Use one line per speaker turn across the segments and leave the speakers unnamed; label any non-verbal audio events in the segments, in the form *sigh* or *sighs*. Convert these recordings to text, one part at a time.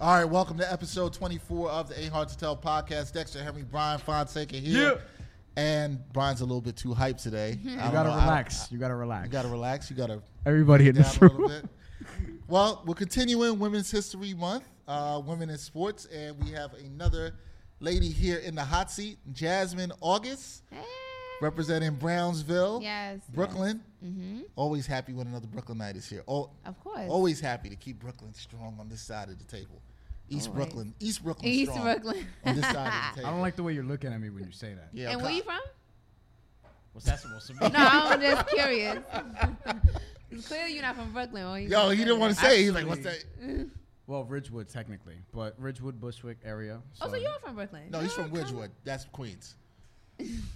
All right, welcome to episode 24 of the Ain't Hard to Tell podcast. Dexter Henry, Brian Fonseca here. And Brian's a little bit too hyped today. I
Mm-hmm. You
don't
gotta
know, I-
relax. You gotta relax.
You gotta relax. You gotta
Everybody in
down
this
a little
room.
bit. Well, we're continuing Women's History Month, uh, Women in Sports, and we have another lady here in the hot seat, Jasmine August,
Eh.
representing Brownsville,
Yes.
Brooklyn. Always happy when another Brooklynite is here. Al-
mm-hmm. Of course.
Always happy to keep Brooklyn strong on this side of the table. East
Always.
Brooklyn, East Brooklyn,
East
strong
Brooklyn.
on this side of
*laughs*
the
*laughs* I
table.
don't like the way you're looking at me when you say that.
Yeah,
And
co-
where you from?
What's that supposed to
No, I'm just curious. *laughs* It's Clearly, you're not from Brooklyn. Or you
Yo, he didn't want to say. He's like, "What's that?"
Well, Ridgewood technically, but Ridgewood, Bushwick area. So.
Oh, so you're from Brooklyn?
No, he's from
come-
Ridgewood. That's Queens.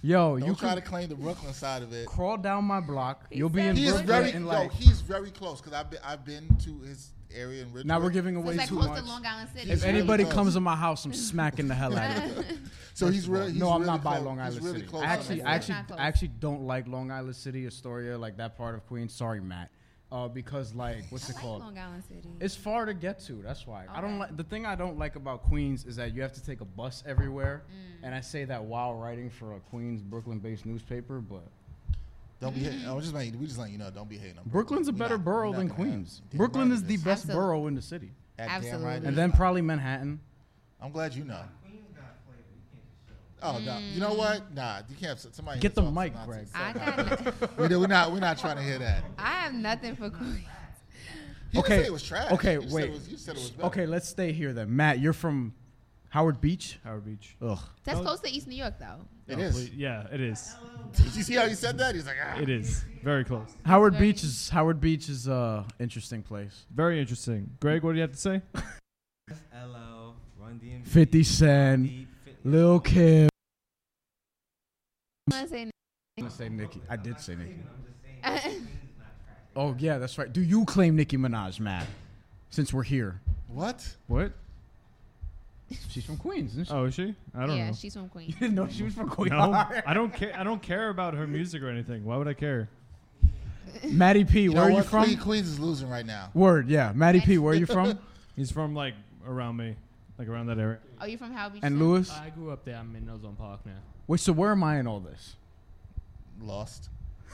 Yo,
Don't
you
try
can
to claim the Brooklyn side of it.
crawl down my block.
He
You'll be
said
in
He is
Brooklyn.
very
in
no.
like,
he's very close because I've been I've been to his area in Richmond.
now we're giving away
It's like
too
close
much.
to Long Island City.
If
If
really
anybody
close.
comes to my house, I'm smacking the hell out of them.
So *laughs* he's really he's
no, I'm
really
not by
close.
Long
He's
Island
really
City.
close
I
to
actually,
Long
I
Island.
actually,
Not close.
I actually don't like Long Island City, Astoria, like that part of Queens. Sorry, Matt. Uh, because like, what's it
I like
called?
Long Island City.
It's far to get to. That's why I
Okay.
don't like the thing I don't like about Queens is that you have to take a bus everywhere, and I say that while writing for a Queens Brooklyn-based newspaper, but
Don't be. Hating. I was just letting you- we just letting you know. Don't be hating on Brooklyn.
Brooklyn's a
We're
better
not-
borough
we're not
than
gonna have-
Queens.
damn
Brooklyn
right
is
it
the best
Absolutely.
borough in the city,
At damn
Absolutely.
right it
and
is.
then probably Manhattan.
I'm glad you know. Oh no! You know what? Nah, you can't. Somebody
Get
here
the
talks
mic,
nonsense.
Mm. I, got,
We do, we're not. We're not trying to hear that.
I have nothing for Queens.
He didn't
okay,
say it was trash.
Okay,
You said it
wait.
was- you said it was better.
okay, let's stay here then. Matt, you're from Howard Beach.
Howard Beach.
Ugh.
That's close to East New York, though.
It
Oh,
is.
please- Yeah, Oh, it is.
Did *laughs* you see how he said that? He's like, ah.
It is very close.
Howard
very-
Beach is Howard Beach is uh interesting place.
Very interesting. Greg, what do you have to say?
LL, Run DMC,
Fifty Cent,
Deep Fit-
Lil Kim.
I'm saying
I'm gonna say Nicki. I did say Nicki.
that.
Oh yeah, that's right. Do you claim Nicki Minaj, Matt? Since we're here,
What?
What?
she's from Queens. *laughs* Isn't she?
Oh, is she?
*laughs*
I don't
yeah,
know.
she's from Queens.
didn't know she was from Queens.
no, I don't care. I don't care about her music or anything. Why would I care?
*laughs* Maddie P,
You know
where are you
what?
from?
Queen- Queens is losing right now.
Word, yeah. Maddie P, where are you
*laughs*
from?
He's from like around me, like around that area.
Oh, you from Howard Beach?
and
too?
Lewis.
I grew up there. I'm in Ozone Park now.
Wait, so where am I in all this?
Lost.
*laughs*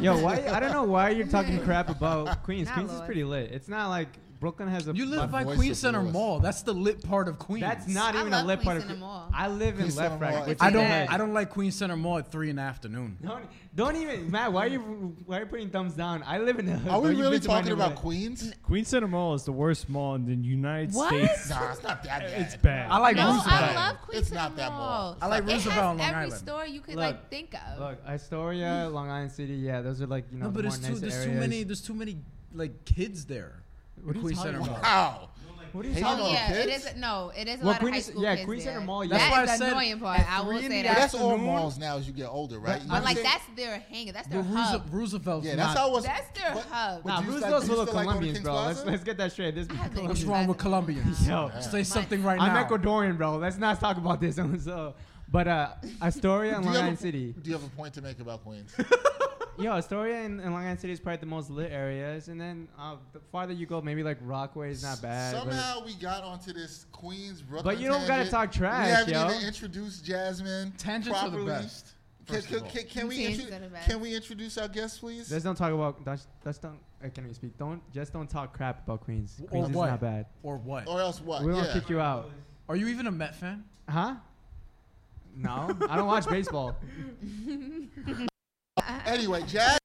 Yo, why? I don't know why you're talking
*laughs*
crap about Queens.
Nah,
Queens is
Lord.
pretty lit. It's not like Brooklyn has a.
You live
My
by
voice
Queens
is
Center
Lewis.
Mall. That's the lit part of Queens.
That's not
I
even
love
a lit part
Queens
of.
in the
Queens.
mall.
I live in
Queens in
Left
the mall
Rack.
is
which
I
is
don't.
bad.
I don't like Queens Center Mall at three in the afternoon.
Don't, don't even, Matt. Why are you why are you putting thumbs down? I live in the. hood,
Are we
bro. You've
really
been to my
talking about
neighborhood.
Queens?
Queen Center Mall is the worst mall in the United
What?
States.
Nah, it's not that bad.
It's bad.
I like
No,
Roosevelt.
I love Queens.
It's
in
not
the
that
mall.
mall.
I like
It has
Roosevelt on Long
every
Island.
store you could like
Look,
think of.
Look, Astoria, Long Island City. Yeah, those are like you know
no, but
more
it's too.
nicer
There's
areas.
too many. There's too many like kids there.
What are you
Queens
talking
Center Mall.
about?
Wow.
What are you
Hey,
talking
no.
Oh
about?
yeah, it
kids?
is. No, it is a
Well,
lot
Queen
of high
is-
school
yeah,
kids
Queen Center
there.
Mall,
yeah.
That's
That's why I
the
said
annoying part.
at
I will
three in
say
the
But
that.
that's all
Afternoon.
malls now as you get older, right? You
But
know what
like
I'm
that's their hangar. That's their
But Roose-
hub.
Roosevelt's
saying? yeah,
not.
that's how I was.
That's their hub.
Nah,
do you still-
Bruce those
do you
little
still like going to
Colombians,
Kings
bro. Let's
Plaza?
let's get that straight. There's
I have been
What's
Queens
wrong
guys
with
in Long
Colombians?
Island.
Yo.
Say something right
I'm
now.
Ecuadorian, bro. Let's not talk about this. *laughs* so, but uh, Astoria and
Do you have
Long
a-
Island City.
Do you have a point to make about
*laughs*
Queens?
Yo, Astoria and, and Long Island City is probably the most lit areas. And then uh, the farther you go, maybe like Rockaway is not bad. but-
Somehow we got onto this Queens Brooklyn.
But you don't gotta
tangent.
talk trash,
We haven't
yo.
even introduced Jasmine.
Tangents are the
properly.
best,
Can,
first of
can-
all.
can- can we
Tangents
intro-
are the best.
can we introduce our guest, please?
let's don't talk about. That's, that's don't. Uh, can we speak? Don't just don't talk crap about Queens.
Or
Queens is
what?
not bad.
Or what?
or else what?
We won't
yeah.
kick you out.
Are you even a Met fan?
Huh? No, I don't watch baseball.
Anyway, Jazz.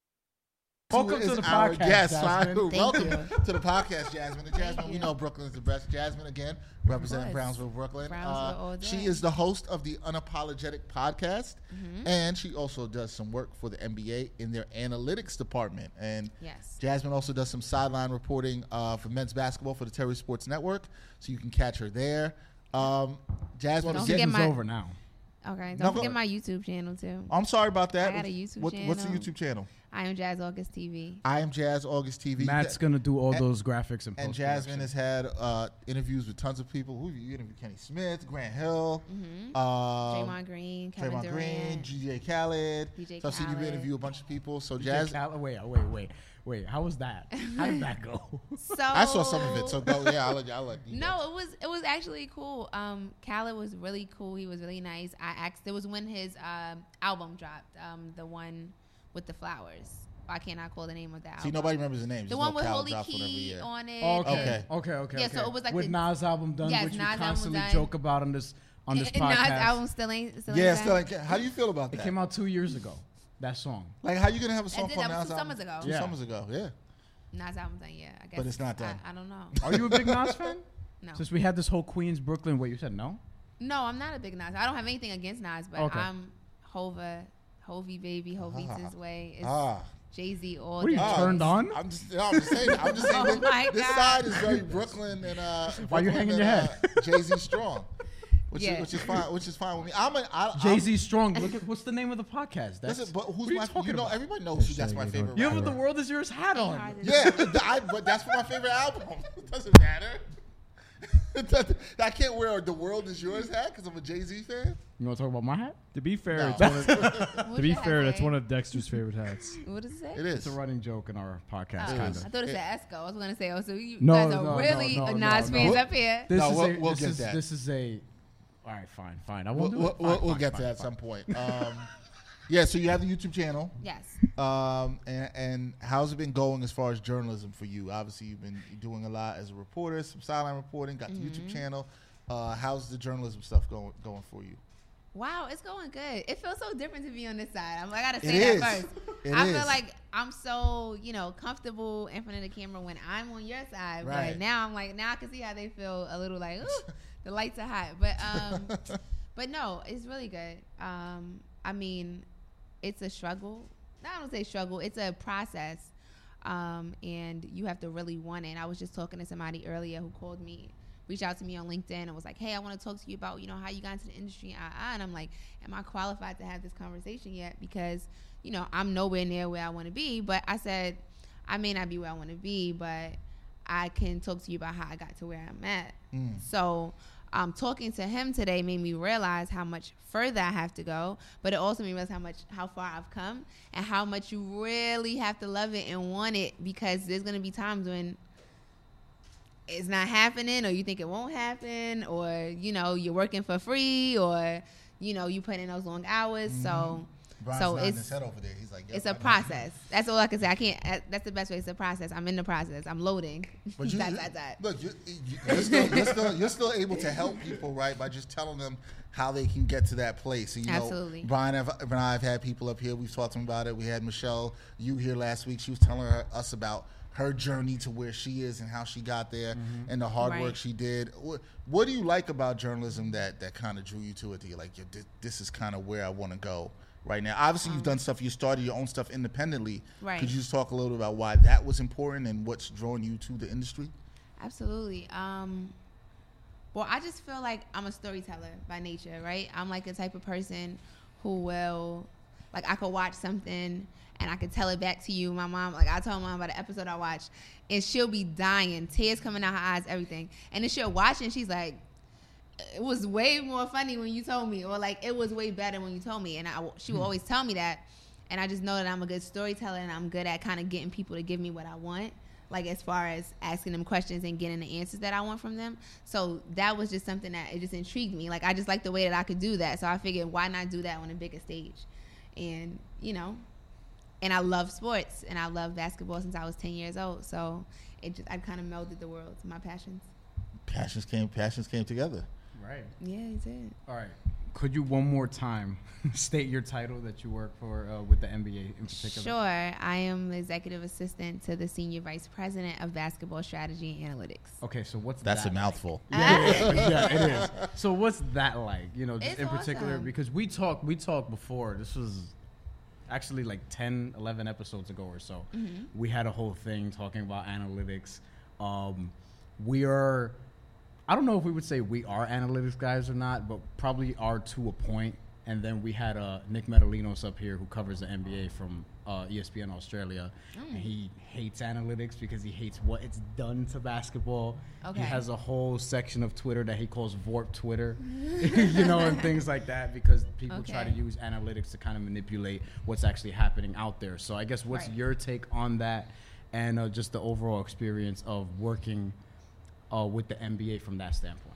Welcome
is
to the
our
podcast,
guest.
Jasmine.
Who-
Thank
Welcome
you.
to the podcast, Jasmine. And Jasmine, we
you.
know Brooklyn is the best. Jasmine, again, representing
course.
Brownsville, Brooklyn. Uh,
Brownsville all
she
day.
is the host of the Unapologetic Podcast,
Mm-hmm.
and she also does some work for the NBA in their analytics department. And
Yes.
Jasmine also does some sideline reporting uh, for men's basketball for the Terry Sports Network, so you can catch her there. Um, Jasmine,
Don't
is getting-
forget
Season's
my-
over now.
Okay. Don't
No, Oh. go-
forget my YouTube channel too.
I'm sorry about that.
I had a YouTube
What- What's the
channel.
YouTube channel?
I am Jazz August TV.
I am Jazz August TV.
Matt's gonna do all
And-
those graphics and
and Jasmine has had uh, interviews with tons of people. Who you interviewed? Kenny Smith, Grant Hill, um,
Mm-hmm. Draymond Green, Kevin
Draymond Green,
Durant.
DJ Khaled.
DJ
so I've seen you
Khaled.
interview a bunch of people. So
Jazz.
Jazz,
wait, wait, wait, wait. How was that? How did that go?
*laughs* so
I saw some of it. So go, yeah, I'll let you. I'll let you
No, it was it was actually cool. Um, Khaled was really cool. He was really nice. I asked. It was when his um album dropped. Um, the one with the flowers. I cannot call the name of that.
See, nobody remembers the name.
The
just
one
know
with
Khaled
Holy
drops one every
Key
year.
on it.
Okay,
Okay.
okay, okay.
Yeah, so
okay.
it was like
with
the-
Nas album done,
Yes,
which
Nas
we
album
constantly
done.
joke about on this on this
And *laughs* Nas
podcast.
album still ain't still
Yeah,
ain't
still
done.
like, how do you feel about
It
that?
came out two years ago. That song.
like, how you gonna have a song
did-
called
that was two
Nas
summers
album?
ago.
Two
Yeah.
summers ago, yeah.
Nas album done. Yeah, I guess.
it's not done.
I, I don't know.
Are you a
*laughs*
big Nas fan?
No,
Since we had this whole Queens Brooklyn, where you said no.
no, I'm not a big Nas. I don't have anything against Nas, but
Okay.
I'm Hova, Hovey baby, Hovies his way. It's
Ah,
Jay Z all
What are you
day.
Ah.
turned on?
I'm just, no, I'm just saying. I'm just saying.
*laughs* Oh
this-
my
this
God.
side is very Brooklyn and uh,
*laughs* Why you hanging your head? *laughs*
Jay Z strong, which
Yeah.
is which is fine, which is fine with me. I'm a I, I'm-
Jay Z Strong. Look at what's the name of the podcast? That's
Listen, but who's
what are you
my?
talking
You know,
about?
everybody knows who that's my favorite.
You have
rapper.
the world is yours hat on.
Hard
*laughs*
as-
*laughs*
Yeah, th- I, but that's for my favorite album. *laughs* It doesn't matter. It doesn't- *laughs* I can't wear a the world is yours hat because I'm a Jay Z fan.
You want to talk about my hat?
To be fair,
No. *laughs*
it's one of, to
What
be
did I
fair, that's
say?
one of Dexter's favorite hats.
What does it say?
It is.
*laughs* It's a running joke in our podcast,
Oh, I
kind of.
thought it said Esco. I was gonna say, oh, so you
No,
guys are
no, no,
really
no, no,
Nas
no.
fans
We'll-
up here.
This
No,
is
we'll-
a,
we'll
this
get
is,
that.
This is a. All right, fine, fine. I
We'll,
won't do
we'll,
it. Fine,
we'll, we'll
fine,
get
fine,
to that at
fine.
some point. Um, yeah, so you have the YouTube channel.
Yes.
Um, and, and how's it been going as far as journalism for you? Obviously, you've been doing a lot as a reporter, some sideline reporting, got the YouTube
Mm-hmm.
channel. Uh, how's the journalism stuff going going for you?
Wow, it's going good. It feels so different to be on this side. I'm, I gotta
It
say that
is.
first.
It
I
is.
feel like I'm so you know comfortable in front of the camera when I'm on your side,
Right.
but now I'm like now I can see how they feel a little like ooh, the lights are hot, but
*laughs*
um, but no, it's really good. Um, I mean, it's a struggle. No, I don't say struggle. It's a process, um, and you have to really want it. I was just talking to somebody earlier who called me, reached out to me on LinkedIn, and was like, "Hey, I want to talk to you about you know how you got into the industry." And, uh, uh," and I'm like, "Am I qualified to have this conversation yet?" Because you know I'm nowhere near where I want to be. But I said, I may not be where I want to be, but I can talk to you about how I got to where I'm at. So, um, talking to him today made me realize how much further I have to go, but it also made me realize how much how far I've come and how much you really have to love it and want it because there's gonna be times when it's not happening or you think it won't happen or you know you're working for free or you know you put in those long hours. So, so it's
over there. He's like,
it's a process. That's all I can say. I can't. uh, That's the best way. It's a process. I'm in the process. I'm loading. *laughs*
But you,
dot, dot, dot.
look, you, you- you're, still, you're, still, you're still able to help people, right, by just telling them how they can get to that place. And, you
Absolutely.
Know, Brian have, and I have had people up here. We've talked to them about it. We had Michelle, you here last week. She was telling her, us about her journey to where she is and how she got there and the hard work
Right.
she did. What, what do you like about journalism that, that kind of drew you to it? That you're like, Yo, thi- this is kind of where I want to go right now. Obviously,
Um,
you've done stuff. You started your own stuff independently.
Right.
Could you just talk a little about why that was important and what's drawn you to the industry?
Absolutely. Um, well, I just feel like I'm a storyteller by nature, right? I'm like the type of person who will, like, I could watch something and I could tell it back to you. My mom, like, I told mom about an episode I watched, and she'll be dying, tears coming out her eyes, everything. And then she'll watch it, and she's like, it was way more funny when you told me, or like it was way better when you told me. And I, she would always tell me that, and I just know that I'm a good storyteller and I'm good at kind of getting people to give me what I want, like as far as asking them questions and getting the answers that I want from them. So that was just something that it just intrigued me. Like I just like the way that I could do that, so I figured why not do that on a bigger stage, and you know. And I love sports, and I love basketball since I was ten years old. So it just I kind of melded the worlds, my passions.
Passions came, passions came together.
Right.
Yeah, it did.
All right.
Could you one more time *laughs* state your title that you work for uh, with the NBA in particular?
Sure. I am the executive assistant to the senior vice president of basketball strategy and analytics.
Okay, so what's
That's
that
a mouthful.
Yeah, yeah, it is.
*laughs*
So what's that like? You know, just
It's
in particular
awesome.
because we talked we talked before. This was actually like 10, 11 episodes ago or so.
Mm-hmm.
We had a whole thing talking about analytics. Um, we are I don't know if we would say we are analytics guys or not, but probably are to a point. And then we had uh, Nick Metalinos up here who covers the NBA from uh, ESPN Australia.
Oh.
And he hates analytics because he hates what it's done to basketball.
Okay.
He has a whole section of Twitter that he calls Vorp
*laughs*
Twitter, *laughs* you know, and things like that because people try to
Okay.
use analytics to kind of manipulate what's actually happening out there. So I guess what's
Right.
your take on that and uh, just the overall experience of working uh, with the NBA from that standpoint?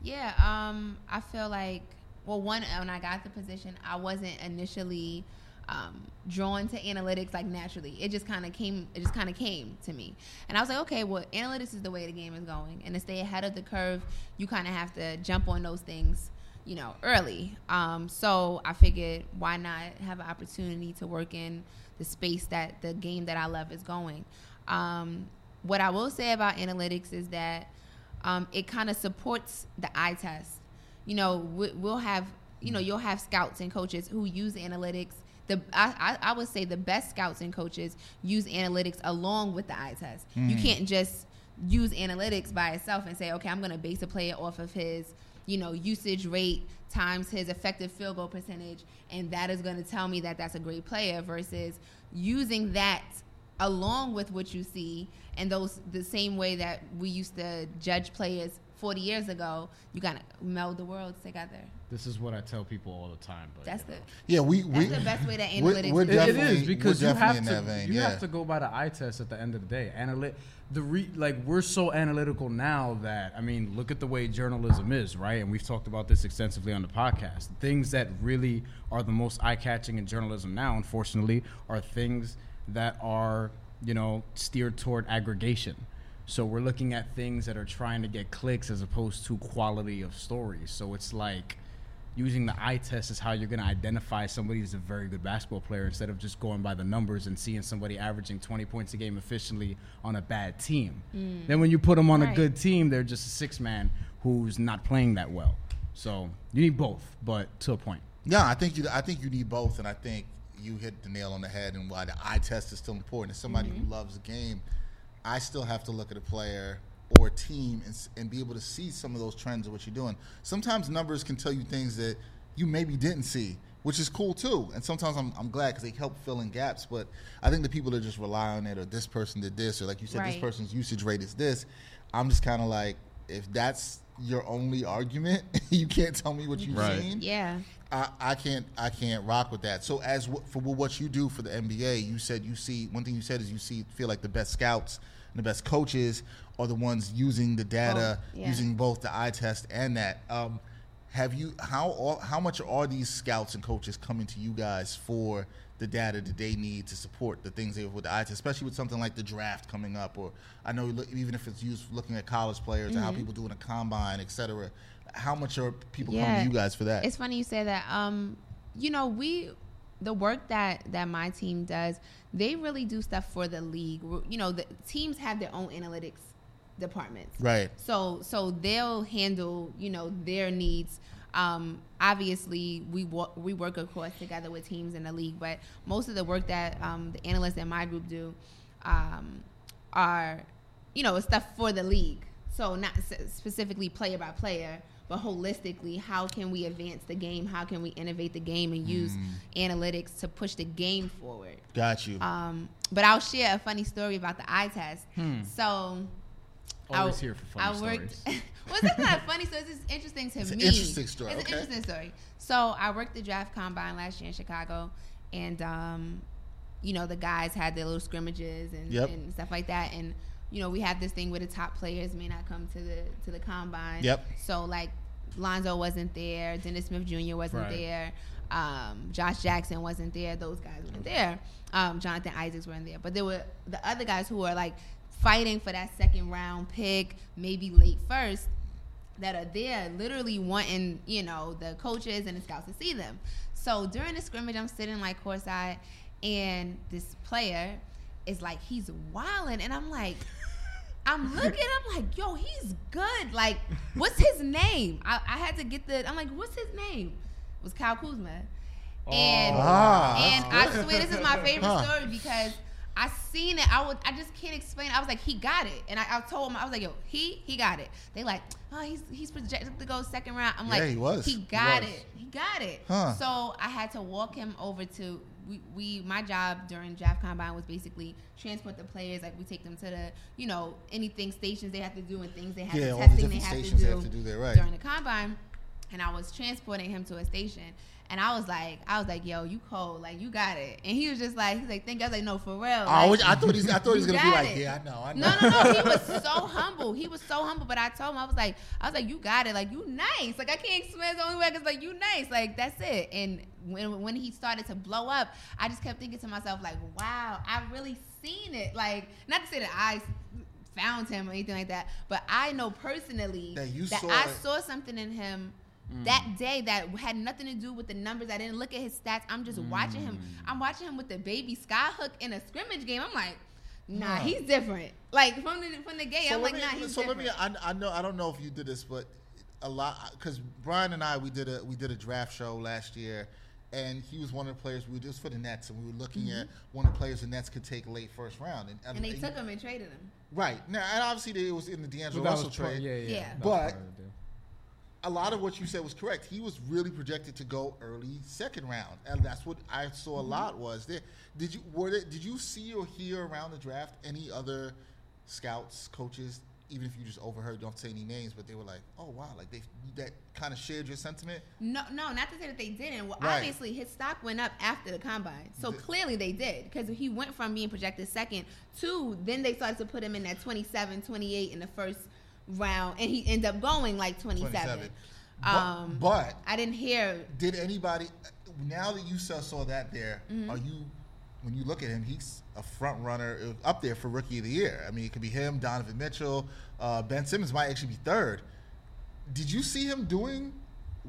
Yeah, um, I feel like well, one when I got the position, I wasn't initially um, drawn to analytics like naturally. It just kind of came. It just kind of came to me, and I was like, okay, well, analytics is the way the game is going, and to stay ahead of the curve, you kind of have to jump on those things, you know, early. Um, so I figured, why not have an opportunity to work in the space that the game that I love is going. Um, what I will say about analytics is that um, it kind of supports the eye test. You know, we- we'll have you know you'll have scouts and coaches who use analytics. The I, I, I would say the best scouts and coaches use analytics along with the eye test. You can't just use analytics by itself and say, okay, I'm going to base a player off of his you know usage rate times his effective field goal percentage, and that is going to tell me that that's a great player. Versus using that along with what you see and those the same way that we used to judge players 40 years ago you gotta meld the worlds together
This is what I tell people all the time. But
that's
you
the
know.
Yeah, we we
that's the
*laughs*
best way to
we're-
analytics
we're
is.
It- it
Definitely-
is because
we're
you
definitely
have
in
to
that vein,
you
yeah.
have to go by the eye test at the end of the day. Analyt the re- like we're so analytical now that I mean look at the way journalism is right, and we've talked about this extensively on the podcast. Things that really are the most eye catching in journalism now, unfortunately, are things that are you know steered toward aggregation. So we're looking at things that are trying to get clicks as opposed to quality of stories. So it's like using the eye test is how you're going to identify somebody who's a very good basketball player instead of just going by the numbers and seeing somebody averaging 20 points a game efficiently on a bad team. Then when you put them on a
Mm. Right.
good team, they're just a six man who's not playing that well. So you need both, but to a point.
Yeah, I think you. I think you need both, and I think you hit the nail on the head. And why the eye test is still important. As somebody who loves the game, I still have to look at a player or a team and, s- and be able to see some of those trends of what you're doing. Sometimes numbers can tell you things that you maybe didn't see, which is cool too. And sometimes I'm, I'm glad because they help fill in gaps. But I think the people that just rely on it, or this person did this, or like you said, this
Right.
person person's usage rate is this. I'm just kind of like, if that's your only argument, *laughs* you can't tell me what you've
Right.
seen.
yeah
I, I can't I can't rock with that. So as w- for what you do for the NBA, you said you see one thing you said is you see feel like the best scouts and the best coaches are the ones using the data,
Both, Oh, yeah.
using both the eye test and that. Um, have you how all, how much are these scouts and coaches coming to you guys for the data that they need to support the things they with the eye test, especially with something like the draft coming up, or I know look- even if it's used for looking at college players or how
Mm-hmm.
people do in a combine, et cetera. How much are people
Yeah.
coming to you guys for that?
It's funny you say that. Um, you know, we the work that that my team does, they really do stuff for the league. We're- You know, the teams have their own analytics departments.
Right.
So so they'll handle, you know, their needs. Um, obviously, we wo- we work across together with teams in the league, but most of the work that um, the analysts in my group do um, are you know, it's stuff for the league. So not s- specifically player by player, but holistically, how can we advance the game? How can we innovate the game and use analytics to push the game forward?
Got you.
Um, but I'll share a funny story about the eye test. So.
Always here for funny
*laughs*
stories.
well, that's not funny. So it's just interesting to
It's
me.
an interesting story,
It's
okay.
an interesting story. So I worked the draft combine last year in Chicago, and um, you know the guys had their little scrimmages and,
Yep.
and stuff like that. And you know we have this thing where the top players may not come to the to the combine.
Yep.
So like Lonzo wasn't there, Dennis Smith Jr. wasn't
Right.
there, um, Josh Jackson wasn't there. Those guys weren't there. Um, Jonathan Isaacs weren't there, but there were the other guys who were like fighting for that second round pick, maybe late first that are there literally wanting, you know, the coaches and the scouts to see them. So during the scrimmage, I'm sitting like courtside, and this player is like, he's wilding. And I'm like, I'm looking, I'm like, yo, he's good. Like, what's his name? I, I had to get the, I'm like, what's his name? It was Kyle Kuzma. And, and I swear, this is my favorite
Huh.
story because I seen it. I would, I just can't explain. I was like, he got it, and I, I told him, I was like, yo, he, he got it. They like, oh, he's he's projected to go second round. I'm
Yeah,
like,
he was.
he
He
got
was.
it, he got it.
Huh.
So I had to walk him over to. We, we my job during draft combine was basically transport the players like we take them to the you know anything stations they have to do and things they have
Yeah,
to
all the
testing they
different
have to
stations
do,
they have to do that, right.
during the combine and I was transporting him to a station. And I was like, I was like, yo, you cold, like you got it. And he was just like, he's like, thank you. I was like, no, for real.
Oh, I,
like,
was- I thought he's. I thought he's
you
gonna be
got
like,
it.
yeah, I know, I know.
no,
*laughs*
no, no. He was so humble. He was so humble. But I told him, I was like, I was like, you got it. Like you nice. Like I can't explain it the only way because like you nice. Like that's it. And when when he started to blow up, I just kept thinking to myself, like, wow, I really seen it. Like not to say that I found him or anything like that, but I know personally
That you saw
I
it.
saw something in him.
Mm.
That day that had nothing to do with the numbers. I didn't look at his stats. I'm just watching him.
Mm.
I'm watching him with the baby sky hook in a scrimmage game. I'm like, nah, he's different. Like from the from the gate,
so
I'm
let
like,
me,
nah, he's
so let
different.
me. I, I know. I don't know if you did this, but a lot because Brian and I we did a we did a draft show last year, and he was one of the players we were just for the Nets, and we were looking at one of the players the Nets could take late first round, and,
Mm-hmm. and they took him and traded him.
right now, and obviously it was in the
But
D'Angelo
that
Russell
was pro-
trade.
yeah, yeah.
Yeah.
that was
But-
part of the deal.
A lot of what you said was correct. He was really projected to go early second round, and that's what I saw a lot was there. Did you were there, did you see or hear around the draft any other scouts, coaches? Even if you just overheard, don't say any names, but they were like, "Oh wow!" Like they that kind of shared your sentiment.
No, no, not to say that they didn't. Well,
Right.
obviously his stock went up after the combine, so
Th-
clearly they did because he went from being projected second to then they started to put him in that 27, 28 in the first round, and he ended up going like 27.
27. Bu-
Um,
but
I didn't hear.
did anybody now that you saw, saw that there?
Mm-hmm.
Are you when you look at him, he's a front runner uh, up there for rookie of the year. I mean, it could be him, Donovan Mitchell, uh, Ben Simmons might actually be third. Did you see him doing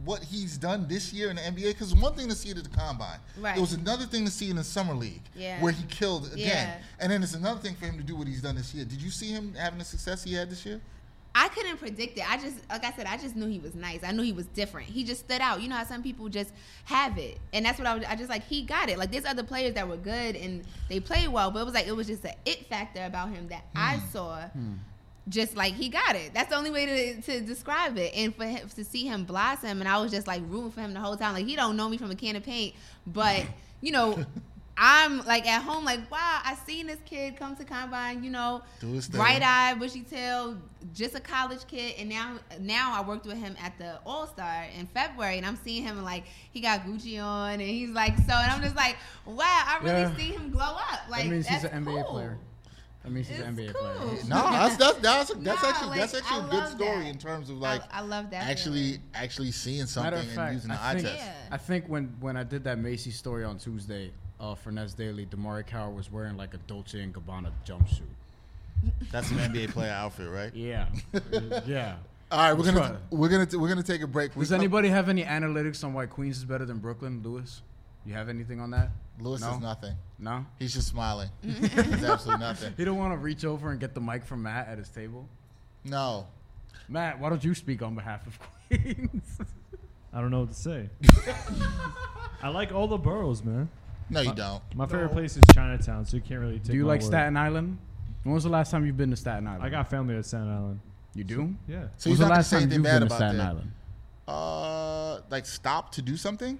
what he's done this year in the NBA? Because one thing to see it at the combine,
Right.
it was another thing to see in the summer league,
Yeah.
where he killed again,
Yeah.
and then it's another thing for him to do what he's done this year. Did you see him having the success he had this year?
I couldn't predict it. I just, like I said, I just knew he was nice. I knew he was different. He just stood out. You know how some people just have it, and that's what I was. I just like he got it. Like there's other players that were good and they played well, but it was like it was just a it factor about him that I
Hmm.
saw. Just like he got it. That's the only way to, to describe it. And for him, to see him blossom, and I was just like rooting for him the whole time. Like he don't know me from a can of paint,
*laughs*
but you know, I'm like at home, like wow, I seen this kid come to combine. You know,
Do his thing.
bright guy, bushy tail, just a college kid, and now now I worked with him at the All Star in February, and I'm seeing him like he got Gucci on, and he's like so, and I'm just like, wow, I really
Yeah.
see him glow up. Like
that means
that's
he's an NBA
cool.
player. That means he's an
It's
NBA
cool.
player.
*laughs*
No, that's that's that's, that's
No,
actually that's
like,
actually
I
a good
love
story
that.
in terms of
I-
like
I, love that.
actually
feeling.
actually seeing
Matter
something
of
and
fact,
using the
I
eye
think,
test.
Yeah.
I think when when I did that Macy story on Tuesday uh, for Nets Daily, Demari Coward was wearing like a Dolce and Gabbana jumpsuit.
That's an NBA player outfit, right?
*laughs* Yeah, yeah.
All right, we're
That's
gonna
right.
we're gonna we're gonna take a break. We
Does
come-
anybody have any analytics on why Queens is better than Brooklyn, Lewis? You have anything on that?
Lewis
no?
is nothing.
No.
He's just
*laughs*
smiling. He's absolutely nothing.
He don't want to reach over and get the mic from Matt at his table.
No.
Matt, why don't you speak on behalf of *laughs* Queens?
I don't know what to say. I like all the boroughs, man.
No
Uh,
you don't.
My favorite place is Chinatown, so you can't really take.
Do you
my
like
word.
Staten Island? When was the last time you've been to Staten Island?
I got family at Staten Island.
You do?
Yeah.
So he's
When's the
not gonna
last
say
time
anything
you've
bad
been
about
to Staten
that.
Island?
Uh like stop to do
*laughs*
something?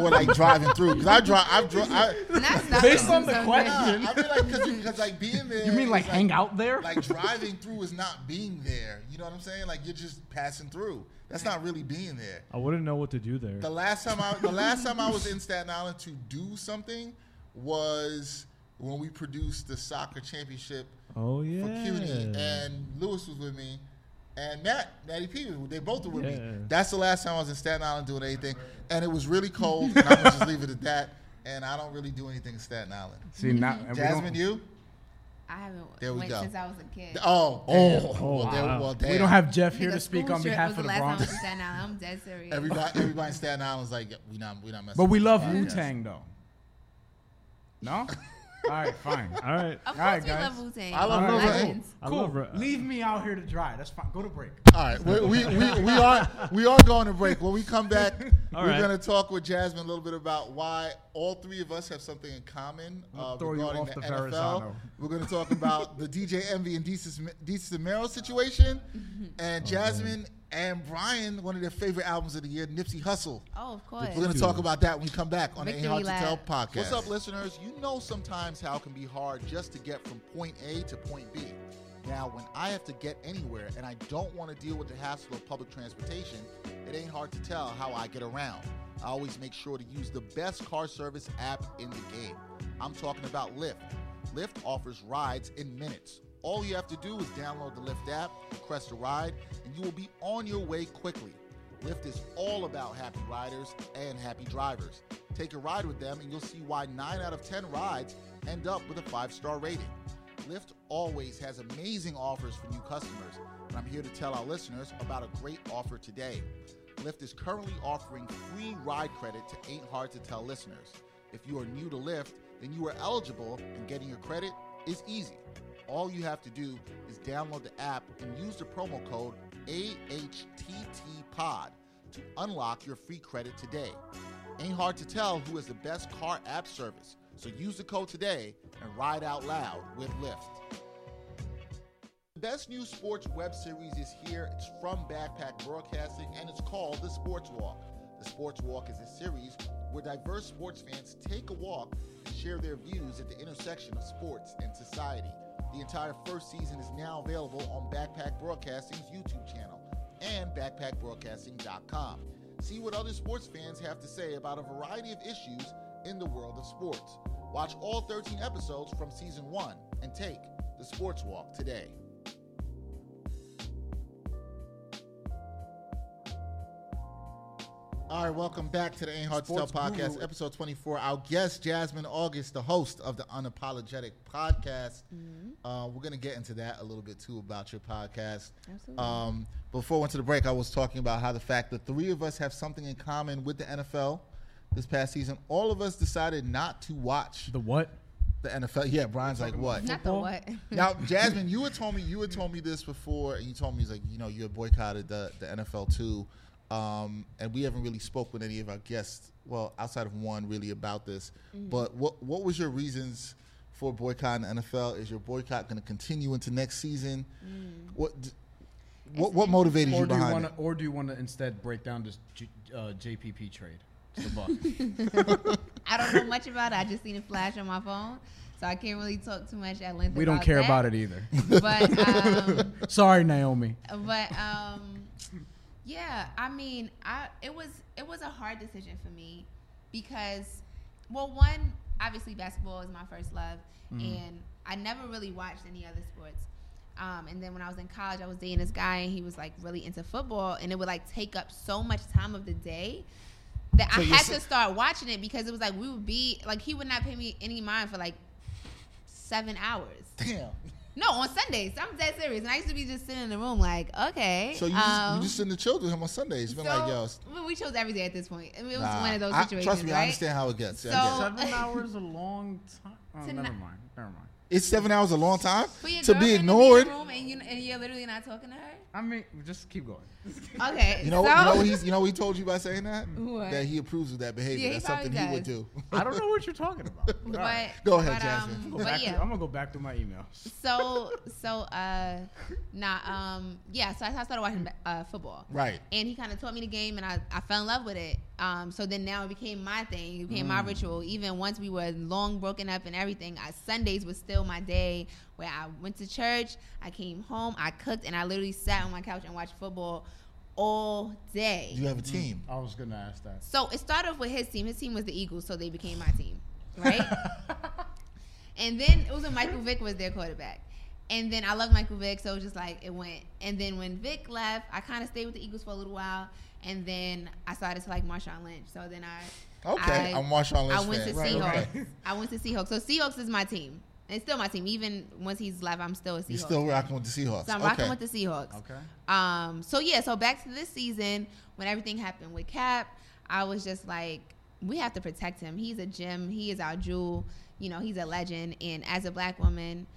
or like driving through. Because I drive I've dri I,
And
*laughs*
that's not
Based
something
on the
so
question-
good.
I mean like *laughs* cause, you- cause like being there
You mean like
is,
hang out there? *laughs*
Like driving through is not being there. You know what I'm saying? Like you're just passing through. That's not really being there.
I wouldn't know what to do there.
The last time I the last time I was in Staten Island to do something was when we produced the soccer championship
oh
for
yeah.
CUNY, and Lewis was with me, and Matt, Matty P, was- they both were with
Yeah.
me. That's the last time I was in Staten Island doing anything, and it was really cold. and I'm gonna just leave it at that. And I don't really do anything in Staten Island.
See, now and we don't-
Jasmine, you?
I haven't
There we
went
go.
since I was a kid.
Oh,
Oh,
damn. well, there,
wow.
well, damn.
We don't have Jeff
Nigga,
here to speak
school
on
trip
behalf
was
of the
last time I was
Bronx,
in Staten Island. I'm dead serious.
Everybody, everybody in Staten Island's like, yeah, we not, we not messing.
but we
with
love
this
Wu
podcast.
Tang though. No. All right, fine.
All right.
Of course
Alright,
we
guys.
love Wu Tang.
I love Wu-Tang.
Legends.
I
cool.
love Ra-
Leave me out here to dry. That's fine. Go to break.
All right, we, we, we, we are we are going to break. When we come
*laughs*
back,
All
we're
right.
going to talk with Jasmine a little bit about why all three of us have something in common
gonna
uh,
throw you
regarding
off
the,
the
NFL.
Verrazano.
We're going to talk about the DJ Envy and DC Merrill
*laughs*
situation,
Oh,
and Jasmine and Brian one of their favorite albums of the year, Nipsey Hussle.
Oh, of
We're
course.
going to talk about that when we come back on the
Victory
Ain't Hard
lap.
to Tell podcast. What's up, listeners? You know sometimes how it can be hard just to get from point A to point B. Now, when I have to get anywhere and I don't want to deal with the hassle of public transportation, it ain't hard to tell how I get around. I always make sure to use the best car service app in the game. I'm talking about Lyft. Lyft offers rides in minutes. All you have to do is download the Lyft app, request a ride, and you will be on your way quickly. Lyft is all about happy riders and happy drivers. Take a ride with them, and you'll see why 9 out of 10 rides end up with a 5 star rating. Lyft always has amazing offers for new customers, and I'm here to tell our listeners about a great offer today. Lyft is currently offering free ride credit to Ain't Hard to Tell listeners. If you are new to Lyft, then you are eligible, and getting your credit is easy. All you have to do is download the app and use the promo code AHTTPOD to unlock your free credit today. Ain't hard to tell who has the best car app service, so use the code today and ride out loud with Lyft. The best new sports web series is here. It's from Backpack Broadcasting and it's called The Sports Walk. The Sports Walk is a series where diverse sports fans take a walk and share their views at the intersection of sports and society. The entire first season is now available on Backpack Broadcasting's YouTube channel and backpackbroadcasting.com. See what other sports fans have to say about a variety of issues in the world of sports. Watch all 13 episodes from season 1 and take the sports walk today. All right, welcome back to the Ain't Hard to
Sports
Tell podcast,
guru.
episode 24. Our guest, Jasmine August, the host of the Unapologetic podcast.
Mm-hmm.
Uh, we're going to get into that a little bit too about your podcast.
Absolutely.
Um, before I went to the break, I was talking about how the fact the three of us have something in common with the NFL this past season. All of us decided not to watch
The what?
the NFL. Yeah, Brian's like, what?
Not the what.
now, Jasmine, you had told me you had told me this before, and you told me it's like you know you had boycotted the, the NFL too, um, and we haven't really spoke with any of our guests, well, outside of one, really about this.
Mm-hmm.
But what what was your reasons for boycotting the NFL? Is your boycott going to continue into next season?
Mm.
What d- what, what motivated you
Or do you
behind
want
it?
to? Or do you want to instead break down this J, uh, JPP trade? to the
*laughs*
Bucks?
I don't know much about it. I just seen it flash on my phone, so I can't really talk too much at length.
we don't
about
care
that.
about it either.
*laughs*
But um,
Sorry, Naomi.
but um, yeah, I mean, I it was it was a hard decision for me because, well, one obviously basketball is my first love,
Mm-hmm.
and I never really watched any other sports. Um, and then when I was in college, I was dating this guy, and he was like really into football, and it would like take up so much time of the day that
So
I
you're
had
sa-
to start watching it because it was like we would be like he would not pay me any mind for like seven hours.
Damn.
No, on Sundays. I'm dead serious. And I used to be just sitting in the room like, okay.
So you
um,
just, you just sitting the children him on Sundays. You've been like, yo, it's-
we- we chose every day at this point. I mean, it was
nah.
one of those
I-
situations,
trust me,
right?
I understand how it gets. I
So-
get it.
*laughs*
Seven hours a long time. Oh,
To
never
not-
mind. Never mind.
It's seven hours a long time
For your
to
girlfriend
be
in the
ignored.
room and, you, and you're literally not talking
*laughs*
to her.
I mean, just keep
*laughs*
going.
Okay.
You know,
so,
you know, what he's, you know, what he told you by saying that
What?
that he approves of that behavior.
Yeah, he
That's something
probably
he would do. *laughs*
I don't know what you're talking about. All
*laughs* *laughs* but,
right.
Go ahead,
but, um,
Jasmine.
Go back
but
to-
yeah.
I'm gonna go back through my emails.
So so uh, nah um yeah. So I I started watching uh, football.
Right.
and he kind of taught me the game and I, I fell in love with it um, so then now it became my thing it became my
Mm.
ritual even once we were long broken up and everything I, sundays was still my day where i went to church i came home i cooked and i literally sat on my couch and watched football all day
You have a team.
Oh,
I was gonna ask that.
so it started off with his team. His team was the Eagles, so they became my team,
*laughs*
right? and then it was when Michael Vick was their quarterback. And then I loved Michael Vick, so it was just like it went. And then when Vick left, I kind of stayed with the Eagles for a little while, and then I started to like Marshawn Lynch. So then I
Okay,
I,
I'm Marshawn Lynch
I went
fan.
to
Right,
Seahawks.
okay.
I went to Seahawks. So Seahawks is my team. It's still my team. Even once he's left, I'm still a Seahawks.
You're still
fan.
rocking with the Seahawks.
So I'm
okay.
rocking with the Seahawks.
Okay.
Um, so yeah, so back to this season when everything happened with Cap, I was just like, we have to protect him. He's a gem. He is our jewel. You know, he's a legend. And as a black woman,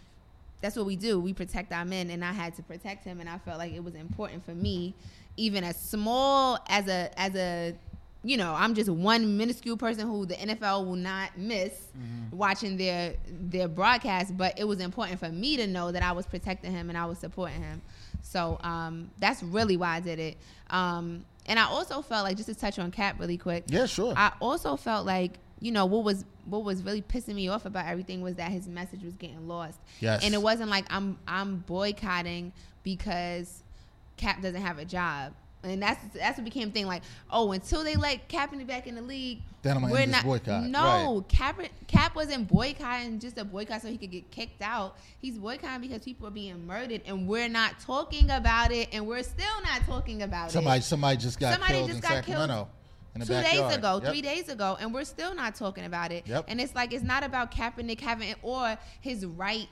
that's what we do. We protect our men, and I had to protect him. And I felt like it was important for me, even as small as a as a you know, I'm just one minuscule person who the NFL will not miss watching their their broadcast, but it was important for me to know that I was protecting him and I was supporting him. So um, that's really why I did it. Um, and I also felt like just to touch on Cap really quick.
yeah, sure.
I also felt like you know what was what was really pissing me off about everything was that his message was getting lost.
Yes.
And it wasn't like I'm I'm boycotting because Cap doesn't have a job. And that's that's what became thing like oh until they let Kaepernick back in the league
Then I'm gonna
we're
end this boycott.
no Cap Cap wasn't boycotting just a boycott so he could get kicked out he's boycotting because people are being murdered and we're not talking about it and we're still not talking about it
somebody, somebody just got
Somebody
killed
just
in
got killed
Sacramento. in the
two
backyard.
days ago,
Yep.
three days ago, and we're still not talking about it.
Yep.
And it's like it's not about Kaepernick having or his right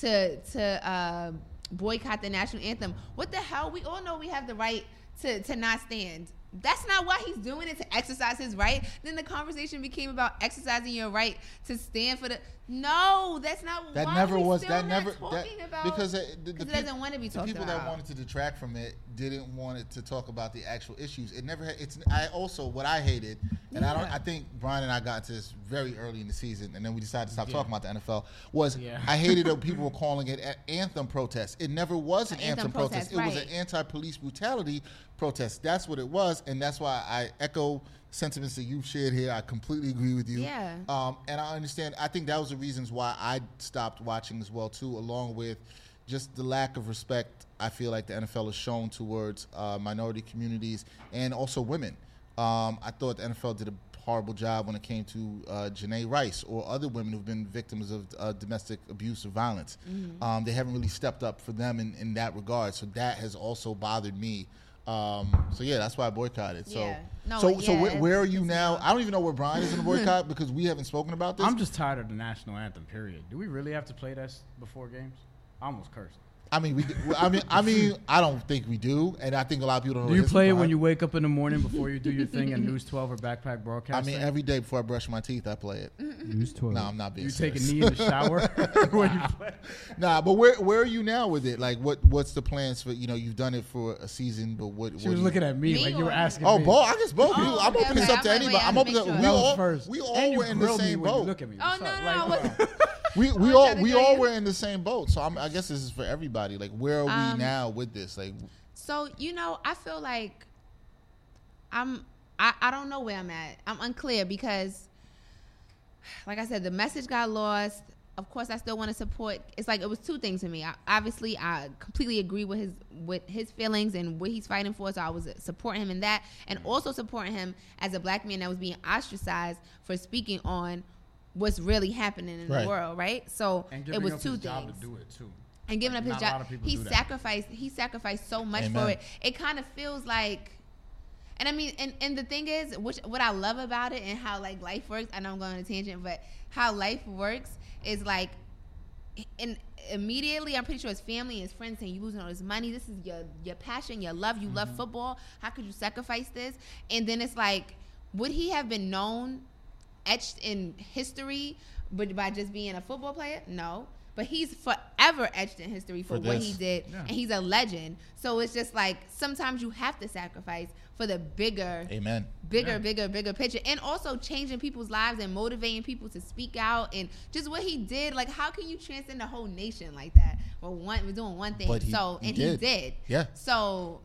to to uh, boycott the national anthem. What the hell? We all know we have the right to to not stand. That's not why he's doing it to exercise his right. Then the conversation became about exercising your right to stand for the. No, that's not.
That
why
never
we
was.
Still
That
not
never. That,
talking about
because uh, the, the
because it
peop-
doesn't want to be
the
talked
people
about.
that wanted to detract from it didn't want it to talk about the actual issues. It never. Had, it's. I also what I hated, and I don't. I think Brian and I got to this very early in the season, and then we decided to stop talking about the NFL. Was
Yeah.
I hated that people were calling it an anthem protest. It never was an
An anthem
anthem, protest.
protest,
It was
right.
an anti-police brutality protest. That's what it was, and that's why I echo sentiments that you've shared here. I completely agree with you.
Yeah.
Um, and I understand. I think that was the reasons why I stopped watching as well too, along with just the lack of respect I feel like the NFL has shown towards uh, minority communities and also women. Um, I thought the NFL did a horrible job when it came to uh, Janae Rice or other women who've been victims of uh, domestic abuse or violence.
Mm-hmm.
Um, they haven't really stepped up for them in, in that regard. So that has also bothered me. Um, so yeah, that's why I boycotted. So,
Yeah. No,
so, so
yeah,
where,
it's-
where are you now? I don't even know where Brian is in the
*laughs*
boycott because we haven't spoken about this.
I'm just tired of the national anthem. Period. Do we really have to play that s- before games? I almost cursed.
I mean, we, I mean, I mean, I don't think we do, and I think a lot of people don't.
Do
know
you
this,
play it
Brian.
when you wake up in the morning before you do your thing at
*laughs*
News 12 or Backpack
I
Broadcasting?
mean, every day before I brush my teeth, I play it.
News 12.
No, I'm not being.
you take a
serious.
knee in the shower
*laughs*
*laughs* when you play.
Nah, but where where are you now with it? Like, what what's the plans for? You know, you've done it for a season, but what?
She was looking at me,
Me
like you were
or-
asking
Oh,
me.
ball! I guess both.
Oh,
you, I'm
okay,
opening this
okay.
up to
I'm like,
anybody.
wait, I
I'm
have
open.
to
Sure.
make
We
sure.
all
first.
we all
and you
were in the
grilled me
same
when you
boat.
Look at me.
Oh,
What's
no,
up?
no, I
Like,
wasn't-
bro.
We we
I'm
all
trying to
we
tell
all
you.
were in the same boat. So I'm, I guess this is for everybody. Like, where are we
Um,
now with this? Like,
So you know, I feel like I'm. I, I don't know where I'm at. I'm unclear because, like I said, the message got lost. Of course, I still want to support. It's like it was two things to me. I, obviously, I completely agree with his with his feelings and what he's fighting for. So I was supporting him in that, and
Mm-hmm.
also supporting him as a black man that was being ostracized for speaking on what's really happening in
Right.
the world. Right. So
And
it
giving
was
up
two
his
things
job to do it too.
and giving
Like,
up
not
his
a lot
job.
of people
He
do that.
sacrificed. He sacrificed so much
Amen.
for it. It kind of feels like, and I mean, and, and the thing is, which what I love about it and how like life works. I know I'm going on a tangent, but how life works is like, and immediately I'm pretty sure his family, his friends saying you losing all this money. This is your your passion, your love. You love football. How could you sacrifice this? And then it's like, would he have been known etched in history but by just being a football player no but he's forever etched in history for,
For
what
this.
he did
Yeah.
and he's a legend so it's just like sometimes you have to sacrifice for the bigger
amen.
bigger bigger bigger picture and also changing people's lives and motivating people to speak out and just what he did like how can you transcend the whole nation like that well one we're doing one thing
But he-
so
he
and
did.
he did
Yeah.
so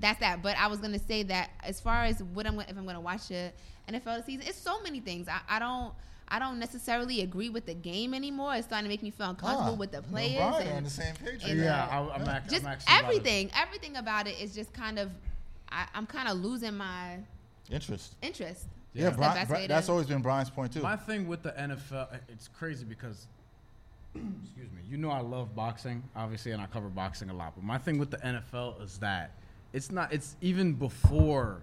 that's that. But I was gonna say that as far as what I'm gonna, if I'm gonna watch the NFL season, it's so many things. I, I don't I don't necessarily agree with the game anymore. It's starting to make me feel uncomfortable
Ah,
with the
you and
players
Brian are on
and
the same page.
and
right now.
Yeah, I, I'm, act,
just
I'm actually about to-
everything. Everything about it is just kind of I, I'm kind of losing my
Interest.
interest.
Yeah,
the
Brian,
best
Bri-
way to-
that's always been Brian's point too.
My thing with the NFL, it's crazy because, *clears throat* excuse me, you know I love boxing, obviously, and I cover boxing a lot. But my thing with the NFL is that it's not. It's even before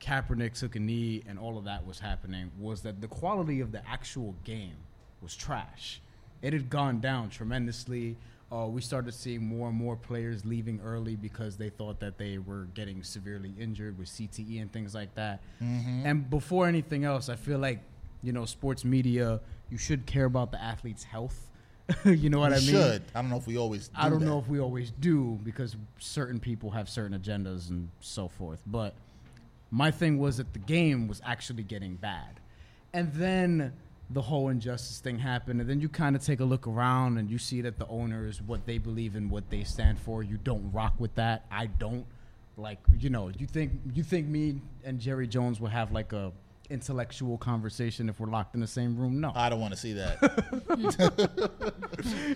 Kaepernick took a knee and all of that was happening. Was that the quality of the actual game was trash?
It had gone down tremendously. Uh, we started seeing more and more players leaving early because they thought that they were getting severely injured with
E
CTE and things like that. And before anything else, I feel like you know, sports media, you should care about the athlete's health. *laughs* you know what
we
I mean?
should. I don't know if we always. Do
I don't
that.
know if we always do because certain people have certain agendas and so forth. But my thing was that the game was actually getting bad. And then the whole injustice thing happened. And then you kind of take a look around and you see that the owners, what they believe in, what they stand for. You don't rock with that. I don't. Like you know, you think you think me and Jerry Jones will have like a intellectual conversation if we're locked in the same room? No,
I don't want to see that.
*laughs*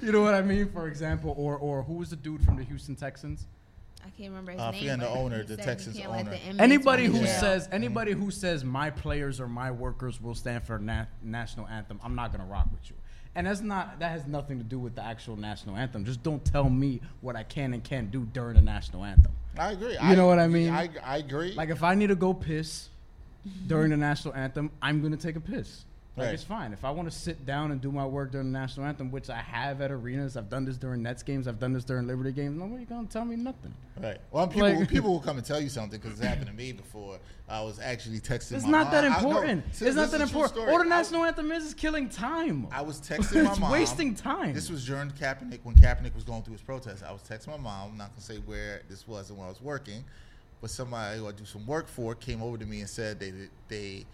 you know what I mean? For example, or or who was the dude from the Houston Texans?
I can't remember his
Uh, I
name.
forgot the
but he
owner, the
said we
Texans
can't let
owner.
the inmates
Anybody
run
who
the show.
says anybody who says my players or my workers will stand for na- national anthem, I'm not gonna rock with you. And that's not that has nothing to do with the actual national anthem. Just don't tell me what I can and can't do during the national anthem.
I agree.
You know what I mean?
I, I agree.
Like if I need to go piss during the national anthem, I'm gonna take a piss. Like
Right.
it's fine. If I want to sit down and do my work during the national anthem, which I have at arenas, I've done this during Nets games, I've done this during Liberty games. Nobody gonna tell me nothing.
Right. Well, people
Like-
people will come and tell you something because it's happened to me before. I was actually texting.
It's
my
not
mom.
that
I- no,
important.
see,
it's
this
not
is
that
a true
important.
story.
Or the
I-
national anthem is is killing time.
I
*laughs*
was texting my
It's
mom.
wasting time.
This was during Kaepernick when Kaepernick was going through his protest. I was texting my mom. I'm not gonna say where this was and where I was working, but somebody who I do some work for came over to me and said they they.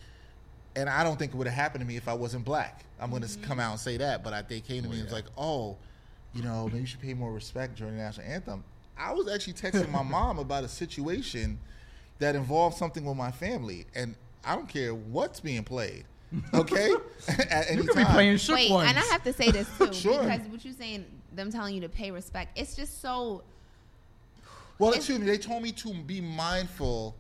And I don't think it would have happened to me if I wasn't black. I'm gonna s-
Mm-hmm.
come out and say that, but I, they came to me and was like, "Oh, you know, maybe you should pay more respect during the national anthem." I was actually texting
*laughs*
my mom about a situation that involves something with my family, and I don't care what's being played. Okay,
*laughs*
*laughs* at any
you could be
time.
playing shook
Wait,
ones.
and I have to say this
*laughs*
too
Sure.
because what you saying, them telling you to pay respect, it's just so.
Well,
It's-
excuse me. They told me to be mindful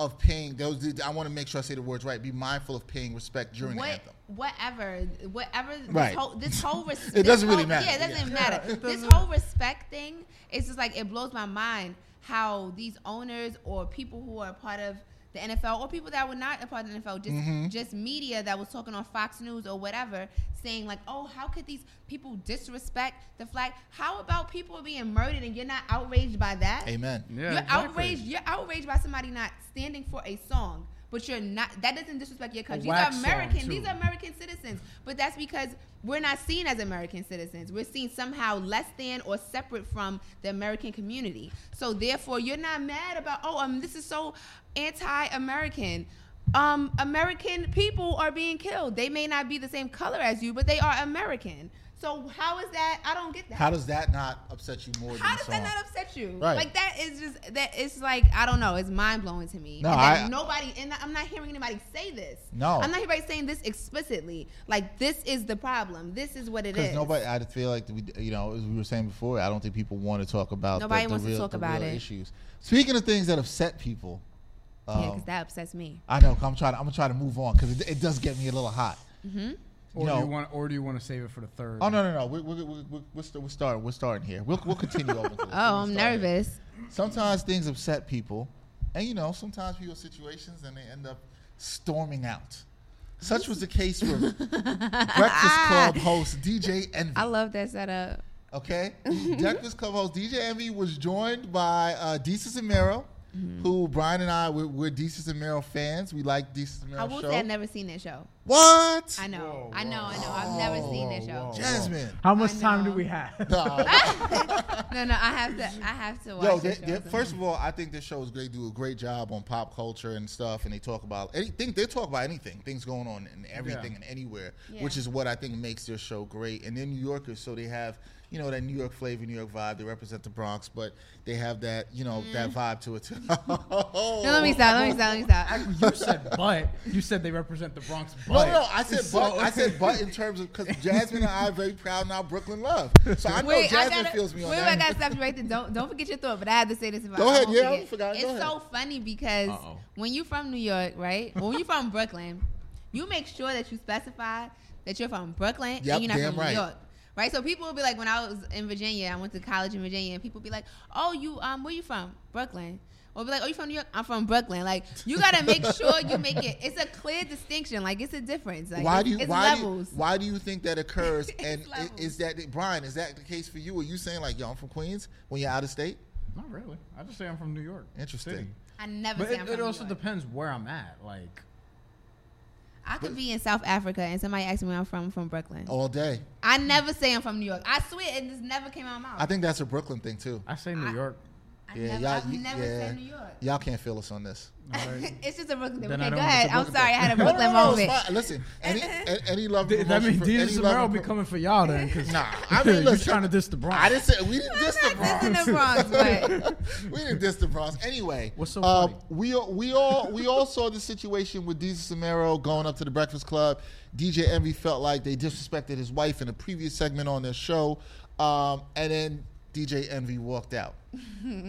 of paying those. I want to make sure I say the words right. Be mindful of paying respect during the
What,
anthem.
whatever, whatever.
Right.
This whole, this whole
*laughs*
res-
It doesn't
this
really
whole-
matter.
Yeah, *laughs* it doesn't
Yeah.
matter. this whole respect thing is just like it blows my mind how these owners or people who are a part of the NFL or people that were not a part of the NFL, just
Mm-hmm.
just media that was talking on Fox News or whatever, saying like, "Oh, how could these people disrespect the flag? How about people being murdered and you're not outraged by that?"
Amen.
Yeah,
you're
exactly.
outraged. You're outraged by somebody not standing for a song, but you're not. That doesn't disrespect your country. These are
wax song,
American.
too.
These are American citizens. But that's because we're not seen as American citizens. We're seen somehow less than or separate from the American community. So therefore, you're not mad about oh um this is so anti-American. Um, American people are being killed. They may not be the same color as you, but they are American. So how is that? I don't get that.
How does that not upset you more
How
than
does
the
that
song?
not upset you?
Right.
Like that is just that it's like I don't know. It's mind blowing to me.
No,
And that
I-
nobody and I'm not hearing anybody say this.
No.
I'm not hearing anybody saying this explicitly. Like this is the problem. This is what it
Because
is.
nobody, I feel like we, you know, as we were saying before, I don't think people want to talk about the-
Nobody
the,
wants to
real,
talk
the
about
real
it.
issues. Speaking of things that upset people,
yeah,
um,
because that upsets me.
I know. 'cause I'm trying. I'm gonna try to move on because it, it does get me a little hot.
Mm-hmm.
or,
No.
do you want, or do you want to save it for the third?
Oh no no no. We're we're, we're, we're, we're, st- we're starting. We're starting here. We'll we'll continue on. With this.
*laughs* Oh, I'm nervous.
sometimes things upset people, and you know, sometimes people have situations and they end up storming out. Such was the case
*laughs*
with Breakfast Club host DJ Envy.
Ah. I Mm-hmm. love that setup.
Okay, Breakfast Club host DJ Envy was joined by uh, Desus and Mero,
Mm-hmm.
who Brian and I we're, we're Desus and Mero fans. We like Desus and Mero
I will
show.
say I've never seen that show.
what?
I know. I know. I know. I've never seen that show.
Jasmine.
How much *laughs*
I
time do
know.
we have?
Oh.
Nah.
No, no. I have to. I have to watch.
Yo,
that
they-
show
they- first of all, I think this show is great. Do a great job on pop culture and stuff, and they talk about anything. They talk about anything, things going on and everything and anywhere, which
Yeah.
is what I think makes their show great. And they're New Yorkers, so they have you know that New York flavor, New York vibe. They represent the Bronx, but they have that you know that vibe to it too. *laughs* Oh,
no, Mm-hmm. let me stop. Let me stop. Let me
*laughs*
stop.
you said but. You said they represent the Bronx. But.
No, no, no, I said,
So-
but I said, but in terms of because Jasmine and I are very proud now Brooklyn love. So I know Jasmine feels me on
wait,
that.
I gotta stop you right there. Don't don't forget your thought, but I had to say this about
Go
I
ahead,
won't
yeah, I
forget.
forgot.
It's
Go
so
ahead.
funny because when you're from New York, right? Well, when you're from Brooklyn, you make sure that you specify that you're from Brooklyn
Yep,
and you're not
damn
from
right.
New York. Right? So people will be like when I was in Virginia, I went to college in Virginia and people be like, Oh, you um where you from? Brooklyn. Or be like, oh, you from New York? I'm from Brooklyn. Like, you
*laughs*
gotta make sure you make it. It's a clear distinction. Like, it's a difference. Like,
why
it's,
do you
it's
why do you,
levels.
why do you think
*laughs*
that occurs? and i-
levels.
is that Brian? Is that the case for you? Are you saying like, yo, I'm from Queens when you're out of state?
Not really. I just say I'm from New York.
Interesting.
City.
I never.
But
say
it,
I'm
it
from New
also
York.
depends where I'm at. Like,
I could be in South Africa and somebody asks me where I'm from. I'm from Brooklyn.
All day.
I never say I'm from New York. I swear it just never came out of my mouth.
I think that's a Brooklyn thing too.
I say New
I-
York.
I
Yeah,
never,
y'all-
I've
you-
never
yeah.
said New York.
Y'all can't feel us on this.
*laughs* it's just a Brooklyn thing.
Then I
Okay, go
don't want
ahead.
to
I'm
Brooklyn.
sorry, I had
No,
a
no,
Brooklyn
no, it's
moment.
fine. Listen,
*laughs*
any a- any love
Th- that
promotion
means
pro-
Dean
any love
Samaro be
pro-
coming for y'all then.
*laughs*
Cause
Nah,
*laughs*
I mean,
you're
listen.
trying to diss the Bronx.
I didn't say we didn't diss the
This
Bronx.
in the
*laughs*
Bronx, but
we didn't diss the Bronx. Anyway, uh,
What's so funny?
we all we all we all saw the situation with DJ Samero going up to the Breakfast Club. DJ Envy felt like they disrespected his wife in a previous segment on their show, um, and then DJ Envy walked out.
*laughs*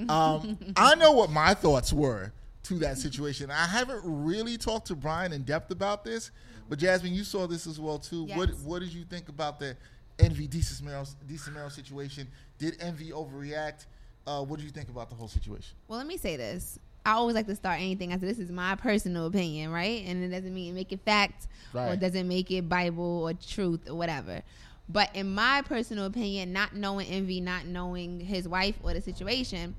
Um, I know what my thoughts were to that situation. I haven't really talked to Brian in depth about this, but Jasmine, you saw this as well too. What
Yes.
what did you think about the Envy DeSamero situation? Did Envy overreact? Uh, what do you think about the whole situation?
well, let me say this. I always like to start anything. I said this is my personal opinion, right? And it doesn't mean make it fact or
Right.
doesn't make it Bible or truth or whatever. But in my personal opinion, not knowing envy, not knowing his wife or the situation,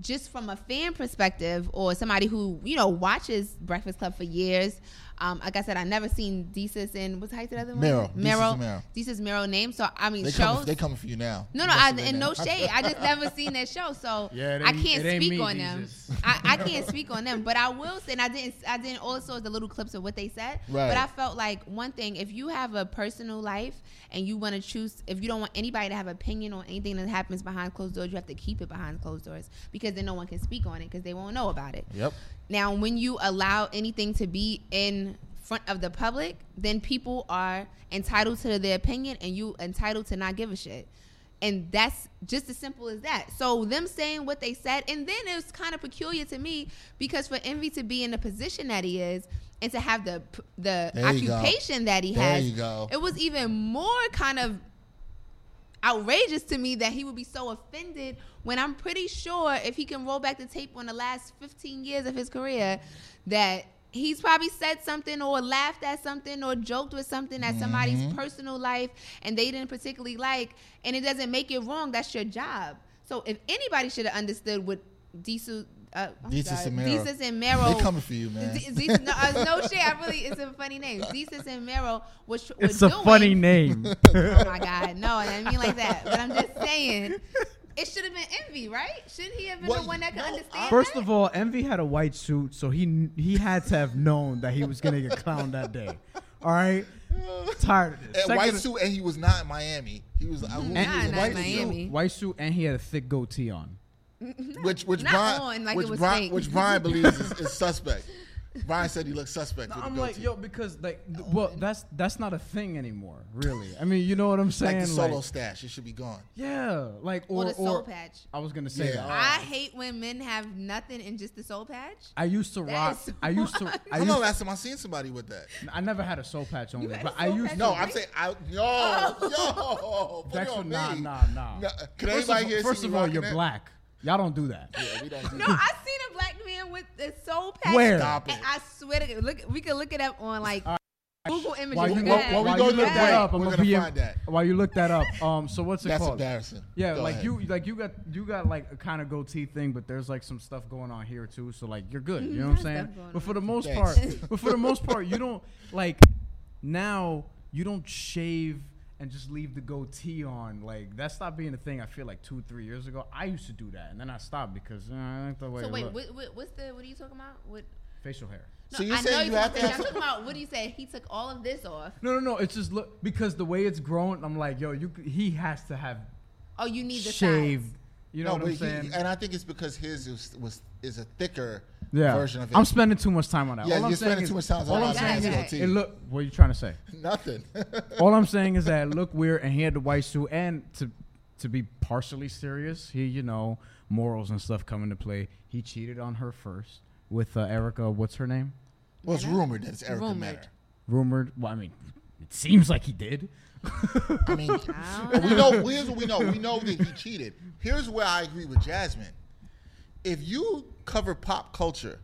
just from a fan perspective or somebody who you know watches Breakfast Club for years. Um, like I said, I never seen Desus and what's how you say the other one?
Meryl. Desus and
Meryl.
Meryl.
Desus Meryl name. So I mean,
They
shows
coming, they coming for you now.
No, no, I, and
*laughs*
no shade. I just never seen that show, so
*laughs* Yeah, it
I
ain't-
can't
it ain't
speak
me,
on them.
Jesus.
I, I can't speak on them, but I will say, and I didn't, I didn't also the little clips of what they said.
Right.
But I felt like one thing: if you have a personal life and you want to choose, if you don't want anybody to have opinion on anything that happens behind closed doors, you have to keep it behind closed doors because then no one can speak on it because they won't know about it.
Yep.
Now, when you allow anything to be in front of the public, then people are entitled to their opinion and you entitled to not give a shit. And that's just as simple as that. So them saying what they said, and then it was kind of peculiar to me because for Envy to be in the position that he is and to have the the
There you go.
occupation that he
There
has,
you go.
it was even more kind of outrageous to me that he would be so offended when I'm pretty sure if he can roll back the tape on the last 15 years of his career that he's probably said something or laughed at something or joked with something at somebody's
Mm-hmm.
personal life and they didn't particularly like and it doesn't make it wrong that's your job so if anybody should have understood what Disu uh, I'm
Desus
sorry,
and Mero.
Desus and Mero
They coming for you, man.
D- Desus- no, uh, no shit. I really, it's a funny name. Desus and Mero was.
It's a funny
*laughs*
name.
Oh my God, no, I didn't mean like that. But I'm just saying, it should have been envy, right? Shouldn't he have been
Well,
the one that could
no,
understand?
First
that?
of all, Envy had a white suit, so he kn- he had to have known that he was gonna get clowned that day. All
*laughs*
right, tired of this.
And white
Second-
suit, and he was not in Miami. He was, I- he was
Nah,
in
nah,
white
Miami.
suit,
White suit, and he had a thick goatee on.
which which
Not
Brian,
on, like it
which,
was
Brian
fake.
which Brian believes is,
*laughs*
is suspect. Brian said he looked suspect. with the
I'm like,
goatee.
yo, because like, th- well, that's that's not a thing anymore, really. I mean, you know what I'm saying?
like the solo
Like,
stash, it should be gone.
yeah, like or
the soul
or-
patch.
I was gonna say uh,
Yeah.
that.
I hate when men have nothing in just the soul patch.
I used to
That
rock.
is
I used
*laughs*
to. I,
I don't
used
know last time I seen somebody with that.
I never had a soul patch only,
had a
but I
soul
used to.
patch
No, I'm saying I yo yo. Put it
Oh. That's
on
what- *laughs* nah,
me.
nah, nah.
No, uh, Can
first
anybody
of,
here
first
see
of
me
all,
rocking
you're
that?
black. Y'all don't do that.
Yeah, we don't do
No,
that.
I seen a black man with the soul patch.
Where?
Stop it.
And I swear to God, look, we could look it up on like Google Images.
While
While-
you
Go
look,
ahead.
while we
while
go
you
to
look
the
that
break,
up, I'm
we're
gonna
gonna
be
find that.
While you look that up, um, so what's it
That's
called?
embarrassing.
Yeah,
Go
like
ahead.
you, like you got, you got like a kind of goatee thing, but there's like some stuff going on here too. So like you're good, you know what I'm
Mm-hmm. There's
saying?
stuff going
But for
on.
the most
Thanks. *laughs*
part, but for the most part, you don't like now you don't shave and just leave the goatee on. Like that stopped being a thing. I feel like two, three years ago, I used to do that, and then I stopped because uh, I like the way
So
it
wait,
looked.
what, what, what's the? What are you talking about? What?
facial hair.
No,
So you're
I know
saying you
you're
have to
talking
have
about. I'm talking about. What do you say? He took all of this off.
No, no, no. It's just look because the way it's grown, I'm like, yo, you. c- He has to have
Oh, you need the
shaved.
sides.
You know what I'm
but he-
saying?
and I think it's because his is, was is a thicker
yeah.
version of it.
I'm spending too much time on that.
yeah,
all I'm
you're spending
saying is-
too much time on
All I'm
that.
saying
Yeah,
is,
goatee.
it look. What are you trying to say?
*laughs* nothing.
All I'm saying is that it looked weird, and he had the white suit, and to to be partially serious, he you know morals and stuff come into play. He cheated on her first with uh, Erica. What's her name?
well, it's rumored that it's Erica
Rumored.
Manner.
Rumored. Well, I mean, it seems like he did.
I *laughs* mean,
I don't
we know. Here's what we know. We know that he cheated. Here's where I agree with Jasmine. if you cover pop culture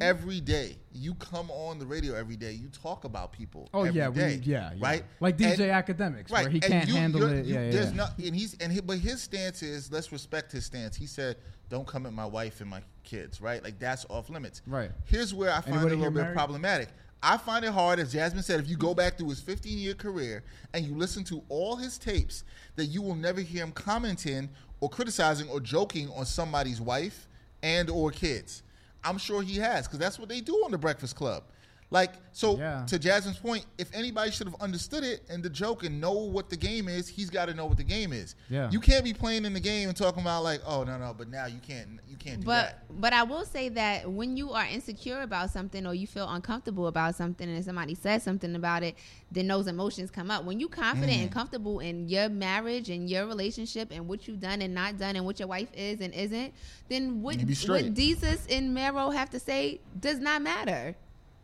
every day, you come on the radio every day, you talk about people.
Oh
every
yeah, we,
day,
yeah, yeah.
right.
Like
And-
DJ Academics, where he
and
can't handle
you're-
it.
you-
yeah,
there's
yeah.
not- and he's and he, but his stance is let's respect his stance. He said, "Don't come at my wife and my kids." Right, like that's off limits.
Right.
Here's where I find it
Anybody
a little
here
bit
married?
problematic. I find it hard, as Jasmine said, if you go back through his 15 year career and you listen to all his tapes, that you will never hear him commenting or criticizing or joking on somebody's wife and or kids. I'm sure he has, because that's what they do on the Breakfast Club. Like, so
Yeah.
to Jasmine's point, if anybody should have understood it and the joke and know what the game is, he's got to know what the game is.
Yeah.
You can't be playing in the game and talking about like, oh no no, but now you can't you can't do
But
that.
but I will say that when you are insecure about something or you feel uncomfortable about something and somebody says something about it, then those emotions come up. When you confident
Mm.
and comfortable in your marriage and your relationship and what you've done and not done and what your wife is and isn't, then what
You be
what
straight.
Jesus and Mero have to say does not matter.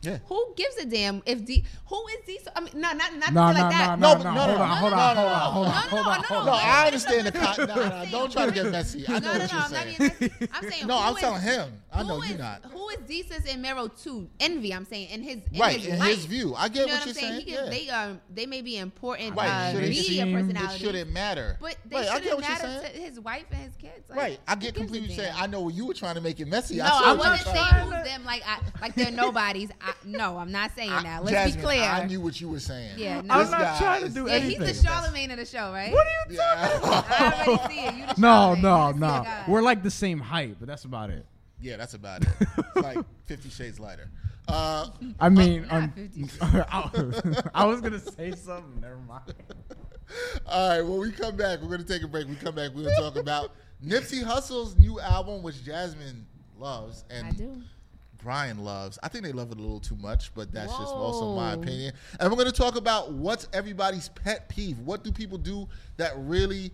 Yeah.
Who gives a damn if D who is D I mean no not not to
No,
be
no,
like that.
no,
No, but-
no, no.
no, no,
Hold on,
no, no,
hold on,
no,
hold
no,
on,
no,
hold on,
no,
hold on,
no,
hold
no.
No,
on.
I understand the. Con- no, no, don't
I'm saying
try to get
first-
messy. I know
no,
what
no, no,
you're
I'm not
saying.
even messy. I'm saying
No,
who
I'm
is-
telling him. I know
who
you're
is-
not.
Who is Jesus and Mero to envy? I'm saying in his in
Right,
his
in
life.
his view. I get
You know
what
I'm
you're saying,
He can,
yeah.
They um they may be important
Right,
uh,
shouldn't
media
seem- it
It
personalities,
shouldn't matter.
but they
right, I
shouldn't
get what you're
matter
saying.
to his wife and his kids. Like,
right, I get
who gives a
completely what you're saying.
damn?
I know what you were trying to make it messy.
No,
I saw
I
what you were
wasn't
trying to-
saying who's them like I, like they're nobodies. I, no, I'm not saying
I-
that. Let's
Jasmine,
be clear.
I knew what you were saying.
Yeah,
This
no. I'm
not
guy
trying to
is-
do
yeah, he's the
anything.
Charlemagne of the show, right? What are
Yeah.
you? I already see it. You the
*laughs* No,
Charlemagne.
no,
I see
no.
the guy.
We're like the same height, but that's about it.
*laughs* yeah, that's about it. It's like Fifty Shades Lighter. Uh,
I mean,
not
um,
50.
I *laughs* I was gonna say something. Never mind.
all right, when we come back, we're going to take a break. When we come back, we're going to talk
*laughs*
about Nipsey Hussle's new album, which Jasmine loves. And
I do.
Brian loves. I think they love it a little too much, but that's just also my
Whoa.
opinion. And we're going to talk about what's everybody's pet peeve. What do people do that really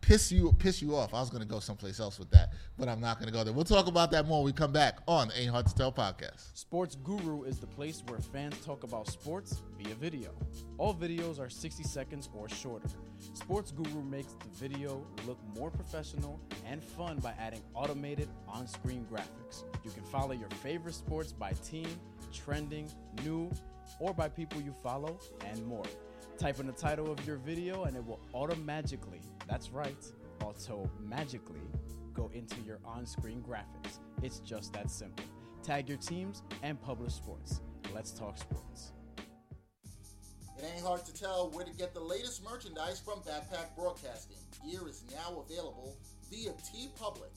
piss you piss you off? I was going to go someplace else with that, but I'm not going to go there. We'll talk about that more when we come back on Ain't Hard to Tell podcast.
Sports Guru is the place where fans talk about sports via video. All videos are 60 seconds or shorter. Sports Guru makes the video look more professional and fun by adding automated on screen graphics. You can follow your favorite sports by team, trending, new, or by people you follow, and more. Type in the title of your video and it will automatically, that's right, automatically go into your on screen graphics. It's just that simple. Tag your teams and publish sports. Let's talk sports.
It ain't hard to tell where to get the latest merchandise from Backpack Broadcasting. Gear is now available via T Public.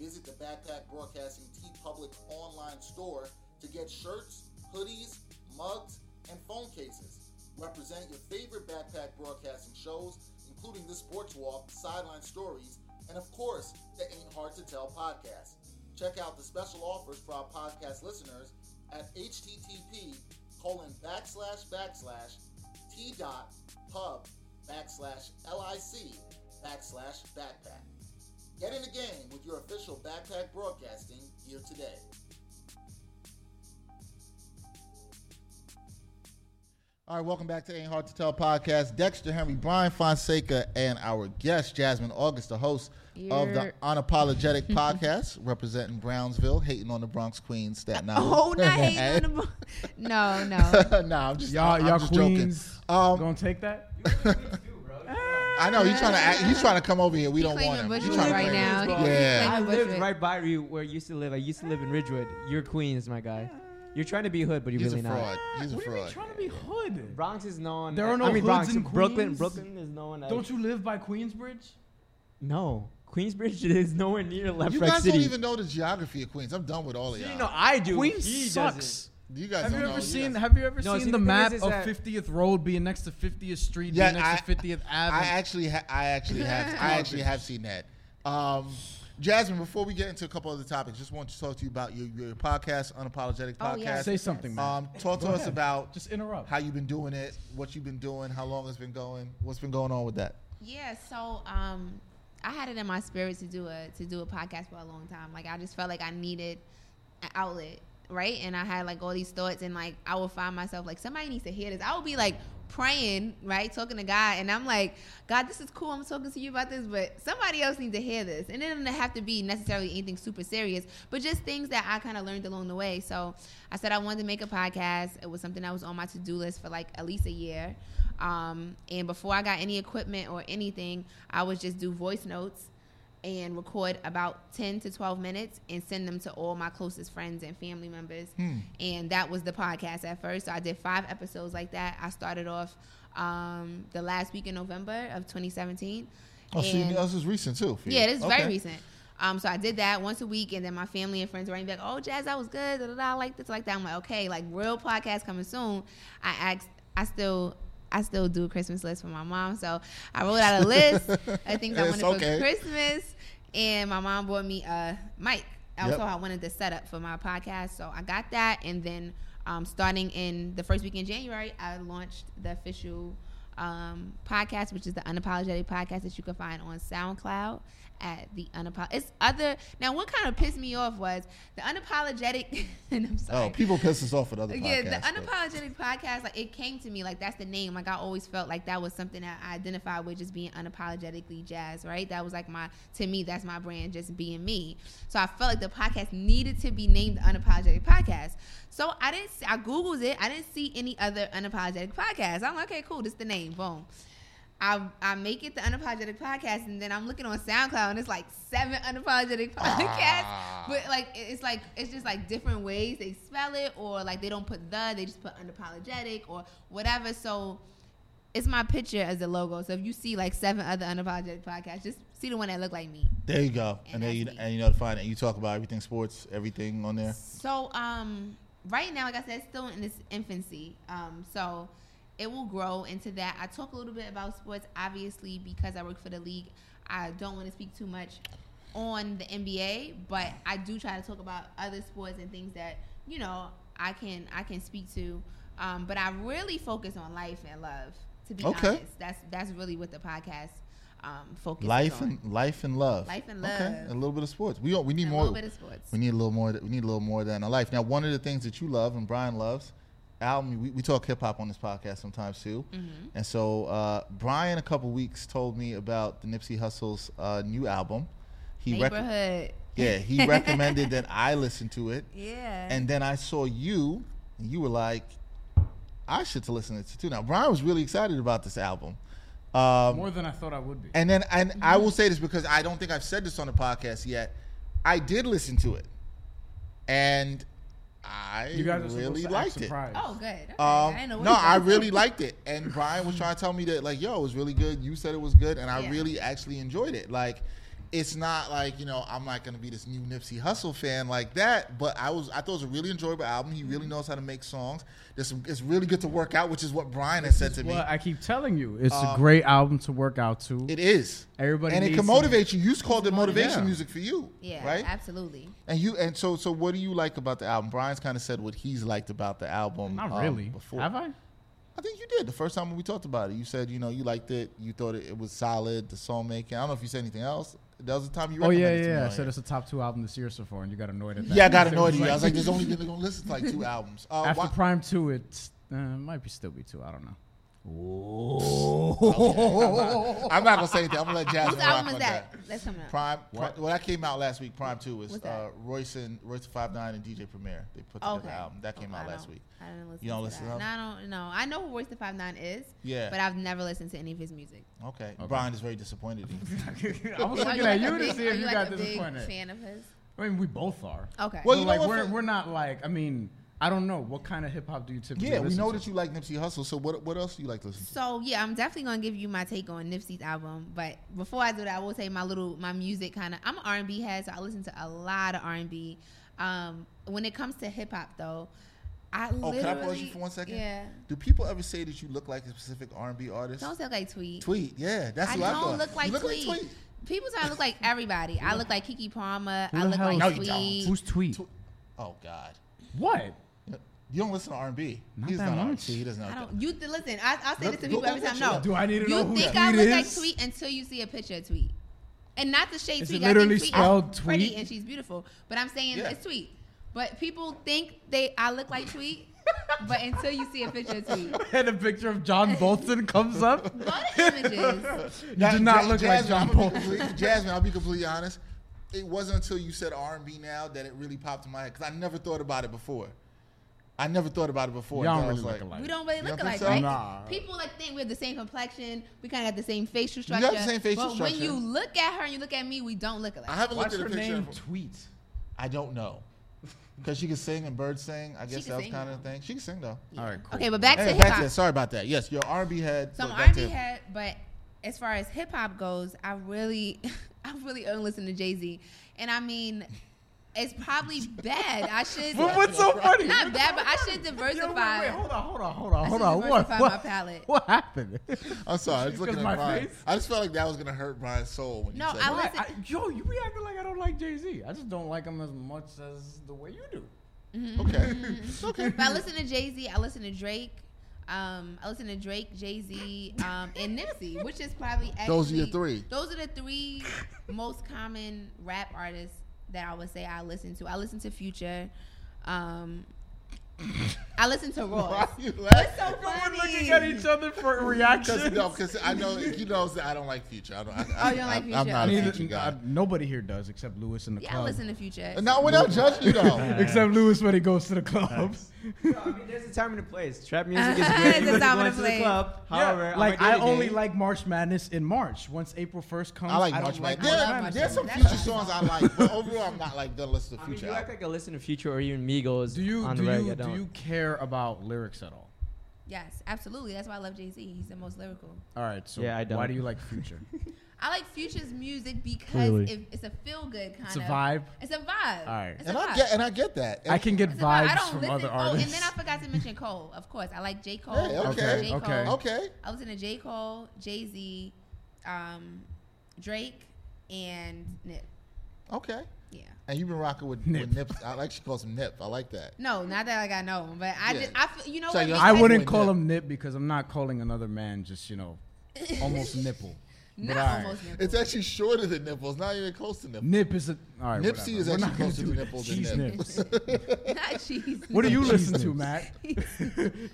Visit the Backpack Broadcasting T Public online store to get shirts, hoodies, mugs, and phone cases. Represent your favorite Backpack Broadcasting shows, including The Sports Walk, Sideline Stories, and of course, the Ain't Hard to Tell podcast. Check out the special offers for our podcast listeners at http colon backslash backslash t dot pub backslash lic backslash backpack. Get in the game with your official backpack broadcasting here today. All right, welcome back to Ain't Hard to Tell podcast. Dexter Henry, Brian Fonseca, and our guest Jasmine August, the host of the
You're- *laughs*
Unapologetic podcast, representing Brownsville, hating on the Bronx, Queens, Staten Island.
Oh,
*laughs*
not hating on the bo- No, no.
nah, I'm just
Y'all,
I'm
y'all
just
queens,
joking. Um,
gonna
*laughs*
take that?
I know
*laughs*
he's trying to act, he's trying to come over here. We don't
claiming
want him. He's
Bushwick
trying to
right
claim
now.
him.
He
Yeah.
claiming
I
Bushwick.
lived right by you where you used to live. I used to live in Ridgewood. You're Queens, my guy. You're trying to be hood, but you're
He's
really
a fraud.
not.
He's a
What do you mean
fraud.
trying to be hood?
Bronx is known.
There are no
I mean,
hoods
Bronx
in
Brooklyn.
Queens?
Brooklyn is known. As,
Don't you live by Queensbridge?
No, Queensbridge *laughs* is nowhere near Left
You
Rack
guys
City.
don't even know the geography of Queens. I'm done with all of
you
y'all.
know, I do. He
Queens
doesn't.
sucks.
you guys
Have
don't
you
know.
ever seen?
guys-
Have you ever
No, see,
seen
the
the
thing
map
is- is
of
that-
50th Road being next to 50th Street,
Yeah,
being next to 50th
I
Avenue?
actually, ha- I
*laughs*
actually have, I actually have seen that. Um, Jasmine, before we get into a couple other topics, just want to talk to you about your, your podcast, unapologetic podcast.
Oh, yeah.
Say something, man.
Um, talk to us
ahead.
about
Just interrupt.
how you've been doing it, what you've been doing, how long it's been going, what's been going on with that.
Yeah, so um, I had it in my spirit to do a to do a podcast for a long time. Like I just felt like I needed an outlet, right? And I had like all these thoughts, and like I would find myself like somebody needs to hear this. I would be like praying, right, talking to God, and I'm like, God, this is cool. I'm talking to you about this, but somebody else needs to hear this, and it doesn't have to be necessarily anything super serious, but just things that I kind of learned along the way. So I said I wanted to make a podcast. It was something that was on my to do list for like at least a year. Um, and before I got any equipment or anything, I would just do voice notes and record about 10 to 12 minutes and send them to all my closest friends and family members.
Hmm.
And that was the podcast at first. So I did five episodes like that. I started off um, the last week in November of 2017.
Oh, so you,
And-
this is recent too. for you.
yeah, it's
Okay.
very recent. Um, so I did that once a week, and then my family and friends were like, "Oh, Jazz, that was good. Da, da, da, I like this, I like that." I'm like, "Okay, like real podcast coming soon." I asked, I still, I still do a Christmas list for my mom, so I wrote out a list of things I
It's
wanted
okay.
for Christmas, and my mom bought me a mic. Also,
Yep.
I wanted the setup for my podcast, so I got that, and then um, starting in the first week in January, I launched the official um, podcast, which is the Unapologetic Podcast that you can find on SoundCloud at the Unapologetic. It's other. Now, what kind of pissed me off was the Unapologetic, *laughs* and I'm sorry.
Oh, people piss us off with other podcasts.
Yeah, the
but-
unapologetic podcast, like it came to me, like that's the name. Like I always felt like that was something that I identified with, just being unapologetically jazz, right? That was like my, to me, that's my brand, just being me. So I felt like the podcast needed to be named the unapologetic podcast. So I didn't, s- I googled it, I didn't see any other unapologetic podcast. I'm like, okay, cool, this the name, boom. I, I make it the unapologetic podcast, and then I'm looking on SoundCloud, and it's like seven unapologetic podcasts. But like, it- it's like it's just like different ways they spell it, or like they don't put the, they just put unapologetic or whatever. So it's my picture as the logo. So if you see like seven other unapologetic podcasts, just see the one that look like me.
There you go,
And
and, then
that's
you
me.
and you know to find it. You talk about everything sports, everything on there.
So um, right now, like I said, it's still in its infancy. Um, so it will grow into that. I talk a little bit about sports, obviously, because I work for the league. I don't want to speak too much on the NBA, but I do try to talk about other sports and things that you know I can I can speak to. Um, but I really focus on life and love. To be
Okay.
honest, that's that's really what the podcast um, focuses
Life
on.
and life and love.
Life and
Okay,
love.
a little bit of sports. We don't, we need
And a
more.
little bit of sports.
We need a little more. We need a little more of that in our life. Now, one of the things that you love and Brian loves, album. We, we talk hip hop on this podcast sometimes too,
Mm-hmm.
and so uh, Brian a couple weeks told me about the Nipsey Hussle's uh, new album. He rec-
neighborhood.
yeah,
*laughs*
he recommended that I listen to it.
yeah.
And then I saw you, and you were like, I should to listen to it too. Now, Brian was really excited about this album. Um,
More than I thought I would be.
and then, and
Mm-hmm.
I will say this because I don't think I've said this on the podcast yet. I did listen to it, and I
You guys are
really
supposed to act
liked it.
surprised.
oh, good. Okay.
Um,
didn't know what
no,
you
I
thought.
really liked it,
*laughs*
and Brian was trying to tell me that like, yo, it was really good. You said it was good, and I
Yeah.
really actually enjoyed it. Like, it's not like you know I'm not gonna be this new Nipsey Hussle fan like that, but I was I thought it was a really enjoyable album. He
Mm-hmm.
really knows how to make songs. There's some, it's really good to work out, which is what Brian has said to me.
Well, I keep telling you, it's a great album to work out to.
um, It is.
Everybody
and it
needs
can
some-
motivate you. You just called it motivation
Yeah.
music for you,
Yeah,
right?
absolutely.
And you and so so what do you like about the album? Brian's kind of said what he's liked about the album.
Not
um,
really.
before.
Have I?
I think you did the first time when we talked about it. You said you know you liked it. You thought it, it was solid. The song making. I don't know if you said anything else. That was the time you.
Oh yeah,
recommended it to me
yeah. I
on
said
here.
it's a top two album this year so far, and you got annoyed at
*laughs*
that.
yeah, I
*laughs*
got annoyed at you. I was like, there's only been they're gonna listen to like two albums. Uh,
After
why-
Prime Two, it's uh, might be still be two. I don't know.
*laughs* I'm not gonna say anything. I'm gonna let Jasmine
Whose
rock
album
on
is
that.
that? That's coming up.
Prime, Prime, well, that came out last week. Prime Two was
What's that?
uh, Royce and Royce Five Nine and DJ Premier. They put together
Okay.
the album that came
Oh,
out
I
last
don't-
week.
I didn't listen.
You don't
to
listen
that.
to
No, I don't. No, I know who Royce the Five Nine is.
Yeah.
But I've never listened to any of his music.
Okay. Brian is very disappointed. in you.
I was
Are
looking
like
at
a
you to
big-
see
are
if you
like
got
a big
disappointed.
Fan Oh. of his.
I mean, we both are.
Okay.
Well,
But,
you know
like
what,
we're,
Phil?
we're not like I mean I don't know what kind of hip hop do you typically
yeah, we
listen
know
to?
that you like Nipsey Hussle. So what what else do you like to listen to?
so yeah, I'm definitely gonna give you my take on Nipsey's album. But before I do that, I will say my little my music kind of. I'm an R&B head, so I listen to a lot of R&B. Um, when it comes to hip hop, though, I
Oh,
literally.
can I pause you for one second?
Yeah.
Do people ever say that you look like a specific R and B artist?
Don't sound like Tweet.
Tweet, yeah, that's
I
what I
don't
thought.
look like
you look
Tweet.
like Tweet.
People say I look like everybody. I look like Kiki Palmer.
Who
I
the
look like
hell is- No,
you don't.
Tweet.
Who's tweet?
Oh God,
What?
you don't listen to R and B.
Not
He's
that
not
much.
R&B. He doesn't know.
I
that.
don't. You th- listen. I, I'll say
Look-
this to
look
people every
what
What
time.
you
No,
got? Do I need to know
you
who
think
tweet
I look
is?
like Tweet until you see a picture of Tweet, and not to shade
Is
Tweet.
it literally
I think tweet
spelled
is pretty
Tweet?
and she's beautiful, but I'm saying
Yeah. *laughs*
it's Tweet. But people think they I look like Tweet. but until you see a picture of Tweet,
and a picture of
*laughs*
John Bolton comes up.
go to images.
You did not
Ja-
look like
Jasmine,
John
I'ma be *laughs*
Bolton. *laughs*
complete- Jasmine, I'll be completely honest. It wasn't until you said R and B now that it really popped in my head because I never thought about it before. I never thought about it before.
Y'all
until I
don't really
was
look
like,
alike.
We don't really
You
look
don't
alike,
think so?
right?
Nah.
People like think we have the same complexion. We kind of got the same facial
got
structure.
the same facial
but
structure.
when you look at her and you look at me, we don't look alike.
I haven't
What's
looked
her
at a picture.
name?
Of,
Tweet.
I don't know because she can sing and bird sing. I guess
can
that was
sing,
kind of
though.
the thing. She can sing though.
All right, cool.
Okay, but back to
Hey,
hip
back to that.
hop.
Sorry about that. Yes, your R and B head.
So
but
I'm
back
R&B
to-
head, but as far as hip hop goes, I really, *laughs* I really don't listen to Jay Z, and I mean, it's probably bad.
*laughs*
I should.
But what's so funny?
Not bad, but I should
Yo, wait,
diversify.
wait, hold on, hold on, hold on,
I
hold
should
on. What?
diversify
What,
my palette.
what happened?
I'm sorry.
*laughs*
I was looking at
my
Brian.
face?
I just felt like that was gonna hurt Brian's soul when
No,
you said
I
that.
listen.
I- yo, you be acting like I don't like Jay Z. I just don't like him as much as the way you do.
*laughs*
Okay.
But I listen to Jay Z. I listen to Drake. Um, I listen to Drake, Jay Z, um, and Nipsey, which is probably actually,
Those are your three.
Those are the three most common rap artists that I would say I listen to. I listen to Future. Um, I listen to Royce.
Why you laughing?
It's so funny.
other
*laughs*
for
Cause,
reactions.
no, because I know he knows that I don't like Future. I don't. I, I,
Oh, you don't
I,
like
am
Future.
not a
Neither-
Future guy.
I- nobody here does except Lewis in the
Yeah, I
club.
listen to Future.
Not without judging you though.
*laughs* except Lewis when he goes to the club. *laughs*
No, I mean, there's a time and a place.
*laughs*
Trap music is
There's
great
a
because
time and
you're going
a
to the
place.
club. However, on
like
my
I
day-to-day-
only like March Madness in March. Once April first comes,
I like
don't
March Madness.
March
There-
Madness.
there's some
That's
Future
what I
songs I like, but overall, I'm not like gonna listen to
I mean,
Future.
you act like I listen to Future or even Migos
Do you
on
do
the reg. I
you, do
don't.
you care about lyrics at all?
yes, absolutely. That's why I love Jay Z. He's the most lyrical.
All right, so
Yeah, I
why
don't.
do you like Future?
I like Future's music because
Clearly.
it, it's a feel good kind
It's a
of
vibe.
It's a vibe.
All right.
It's
and
a
I
vibe.
get and I get that. And
I can get
It's about- *laughs* I
vibes
don't
from
listen-
other
oh,
artists.
and then I forgot to mention Cole. Of course, I like J. Cole.
Hey,
I listen to
okay,
J.
okay.
Cole.
okay.
I was in a J. Cole, Jay Z, um, Drake, and Nip.
Okay.
Yeah.
And you've been rocking with Nip.
Nip.
With Nip. I like she calls him Nip. I like that.
No, not that like I know him, but I
Yeah.
just I feel, you know
So
what
you're-
because-
I
Like
wouldn't
when
call
the-
him nip because I'm not calling another man just you know almost nipple.
not
But all right.
almost nipple.
It's actually shorter than nipples. Not even close to nipples.
Nip is a all right.
Nipsey
whatever.
is
We're
actually
not gonna
closer
do
to
that.
nipples
Cheese
than
*laughs*
nipples.
*laughs*
nips.
not cheese.
What
*laughs*
do you listen to, Matt?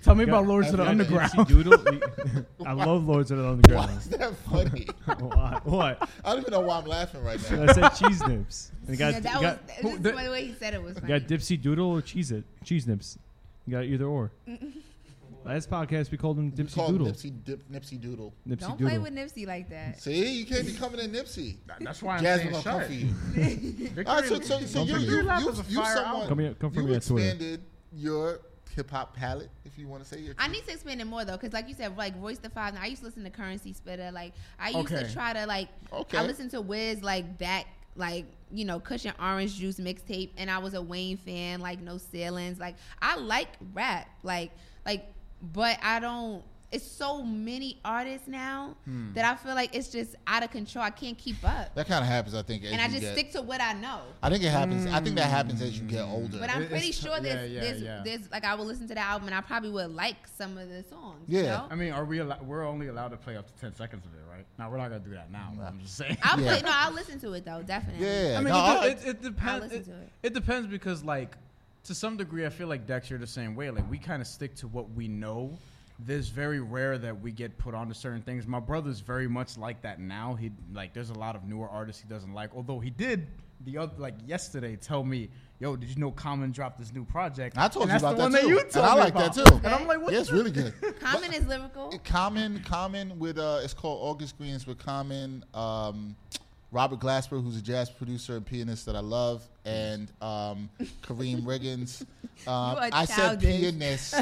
Tell me about Lords of the
Yeah,
Underground.
Nipsey Doodle. *laughs* I love Lords of the Underground.
*laughs* Why is that
*laughs*
funny?
*laughs* what? what?
I don't even know why I'm laughing right now.
I said cheese nips. And you got,
yeah,
you
that
got,
was
who-
this is
the-
the way he said it was
you
funny.
got Dipsy Doodle or Cheese It. Cheese nips. You got either or. Last podcast we called him
We
Dipsy
call him
Doodle.
Nipsey, Dip, Nipsey Doodle.
Nipsey
Don't
Doodle.
play with Nipsey like that.
See, you can't be coming in Nipsey.
*laughs* That's why I'm
Jasmine gonna
saying shut
come
it.
for you.
*laughs* Victory-
All right, so, so, so
Don't
you,
forget.
you, you,
Lap
you,
is a
you
fire
somewhat,
album.
Come here- come for
you
me on Twitter.
expanded your hip hop palette, if you want to say your.
I need to expand it more though, because like you said, like Royce the Five. I used to listen to Currency Spitter. Like I used
Okay.
to try to like.
Okay.
I listened to Wiz like back like you know Cushion Orange Juice mixtape, and I was a Wayne fan. Like No Ceilings. Like I like rap. Like like, but I don't. It's so many artists now
Hmm.
that I feel like it's just out of control. I can't keep up,
That kind of happens, I think.
and I just stick to what I know.
I think it happens. I think that happens as you get older.
But I'm
It's-
pretty sure there's,
yeah, yeah,
there's,
yeah.
there's like I would listen to the album and I probably would like some of the songs.
Yeah.
You know?
I mean, are we? Allo- we're only allowed to play up to ten seconds of it, right? Now we're not gonna do that now. but I'm just saying.
I'll
Yeah.
play, no, I'll listen to it though, definitely.
yeah,
I mean,
no, I-
it, it, it depends.
listen
It,
to it.
it depends because, like, to some degree, I feel like Dex, you're the same way. Like, we kind of stick to what we know. There's very rare that we get put onto certain things. My brother's very much like that now. He like there's a lot of newer artists he doesn't like. Although he did the other like yesterday tell me, "Yo, did you know Common dropped this new project?"
I told
And
you
that's
about
the
that
one
too.
that you
And
told
I
me
like that
about.
too.
And I'm like, "What?"
yeah, it's
the-
really good.
Common is lyrical.
Common, Common with uh, it's called August Greens with Common, um, Robert Glasper, who's a jazz producer and pianist that I love, and um, Kareem
*laughs*
Riggins. Um,
are
I said
childish. *laughs*
pianist.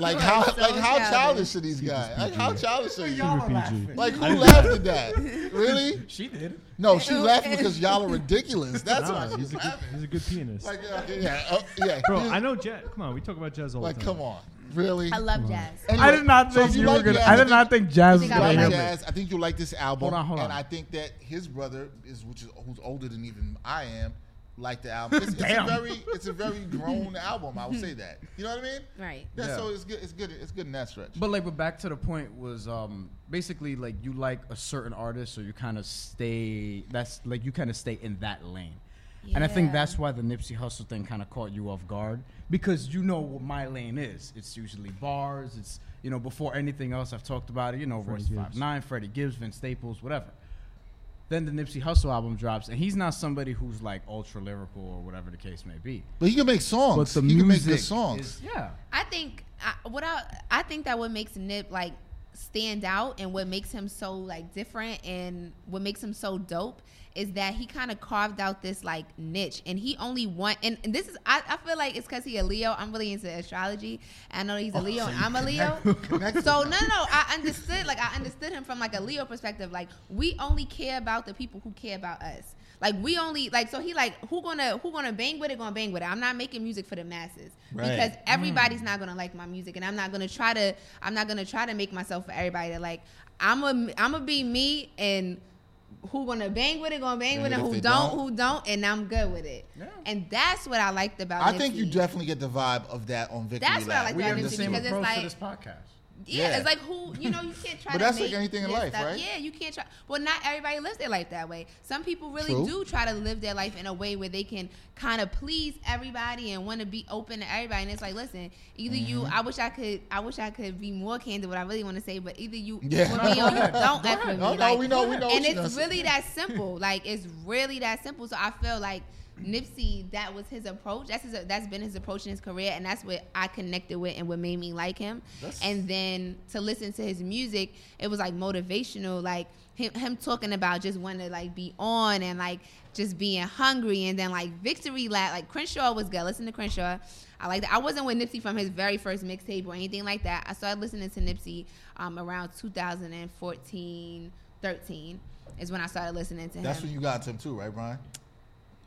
like how,
so
like how
childish.
childish are these guys? Like how childish are you?
Super PG.
Like who laughed at that? Really?
She did.
No,
*laughs*
she laughed because y'all are ridiculous. That's
Nah,
why
he's,
she's
a good,
*laughs*
laughing.
he's a good pianist.
Like uh, yeah, uh, yeah.
Bro,
You-
I know Jazz. Come on, we talk about Jazz all
like
the time.
come on, really?
I love jazz.
I did not
so
think
if
you,
like
were gonna.
jazz,
I did not think Jazz was
think
you
I
gonna
like
handle it.
jazz. I think you like this album.
Hold on, hold
And
on.
I think that his brother is, which is who's older than even I am, like the album. It's, it's a
Damn.
very, it's a very grown album. I would say that. You know what I mean?
Right.
Yeah.
Yeah.
So it's good. It's good. It's good in that stretch.
But like, but back to the point was um basically like you like a certain artist, so you kind of stay. That's like you kind of stay in that lane. And I think
Yeah.
that's why the Nipsey Hustle thing kind of caught you off guard because you know what my lane is. It's usually bars. It's you know before anything else I've talked about it. You know Royce Five Nine, Freddie Gibbs, Vince Staples, whatever. Then the Nipsey Hustle album drops, and he's not somebody who's like ultra lyrical or whatever the case may be.
But he can make songs.
But the
he can make
music
good songs.
is- yeah,
I think I, what I I think that what makes Nip like stand out and what makes him so like different and what makes him so dope is that he kind of carved out this like niche and he only want and, and this is I, I feel like it's because he a leo i'm really into astrology and i know he's
Oh,
a leo and i'm a leo so no no no i understood like i understood him from like a leo perspective like we only care about the people who care about us like we only like so he like who gonna who gonna bang with it gonna bang with it i'm not making music for the masses
Right. Mm.
because everybody's not gonna like my music and i'm not gonna try to i'm not gonna try to make myself for everybody to like i'm a i'm gonna be me and who wanna bang with it gonna bang
And
with it
if
who
they
don't,
don't-
who don't and i'm good with it
Yeah.
and that's what i liked about
I think you
Nipsey.
definitely get the vibe of that on Victory
That's what I
Lap.
like
we
Yeah,
have the
Nipsey,
same
because it's
approach
like-
to this podcast.
yeah,
Yeah.
it's like who you know you can't try
But
to
that's like
make
anything in
this
life,
stuff-
right?
yeah you can't try well not everybody lives their life that way some people really
True.
do try to live their life in a way where they can kind of please everybody and want to be open to everybody and it's like listen either you
Mm-hmm.
i wish i could i wish i could be more candid what i really want to say but either you
Yeah. Oh,
with me
*laughs*
or you don't act with me
No, no,
like,
we know- we know what
*laughs* and
you're gonna
it's
say.
really that simple like it's really that simple so i feel like Nipsey, that was his approach. That's his, that's been his approach in his career, and that's what I connected with and what made me like him
That's-
and then to listen to his music it was like motivational like him, him talking about just wanting to like be on and like just being hungry and then like victory lap like crenshaw was good listen to crenshaw i like that i wasn't with nipsey from his very first mixtape or anything like that i started listening to nipsey um, around 2014 13 is when i started listening to
That's
him
when you got to him too, right, Brian?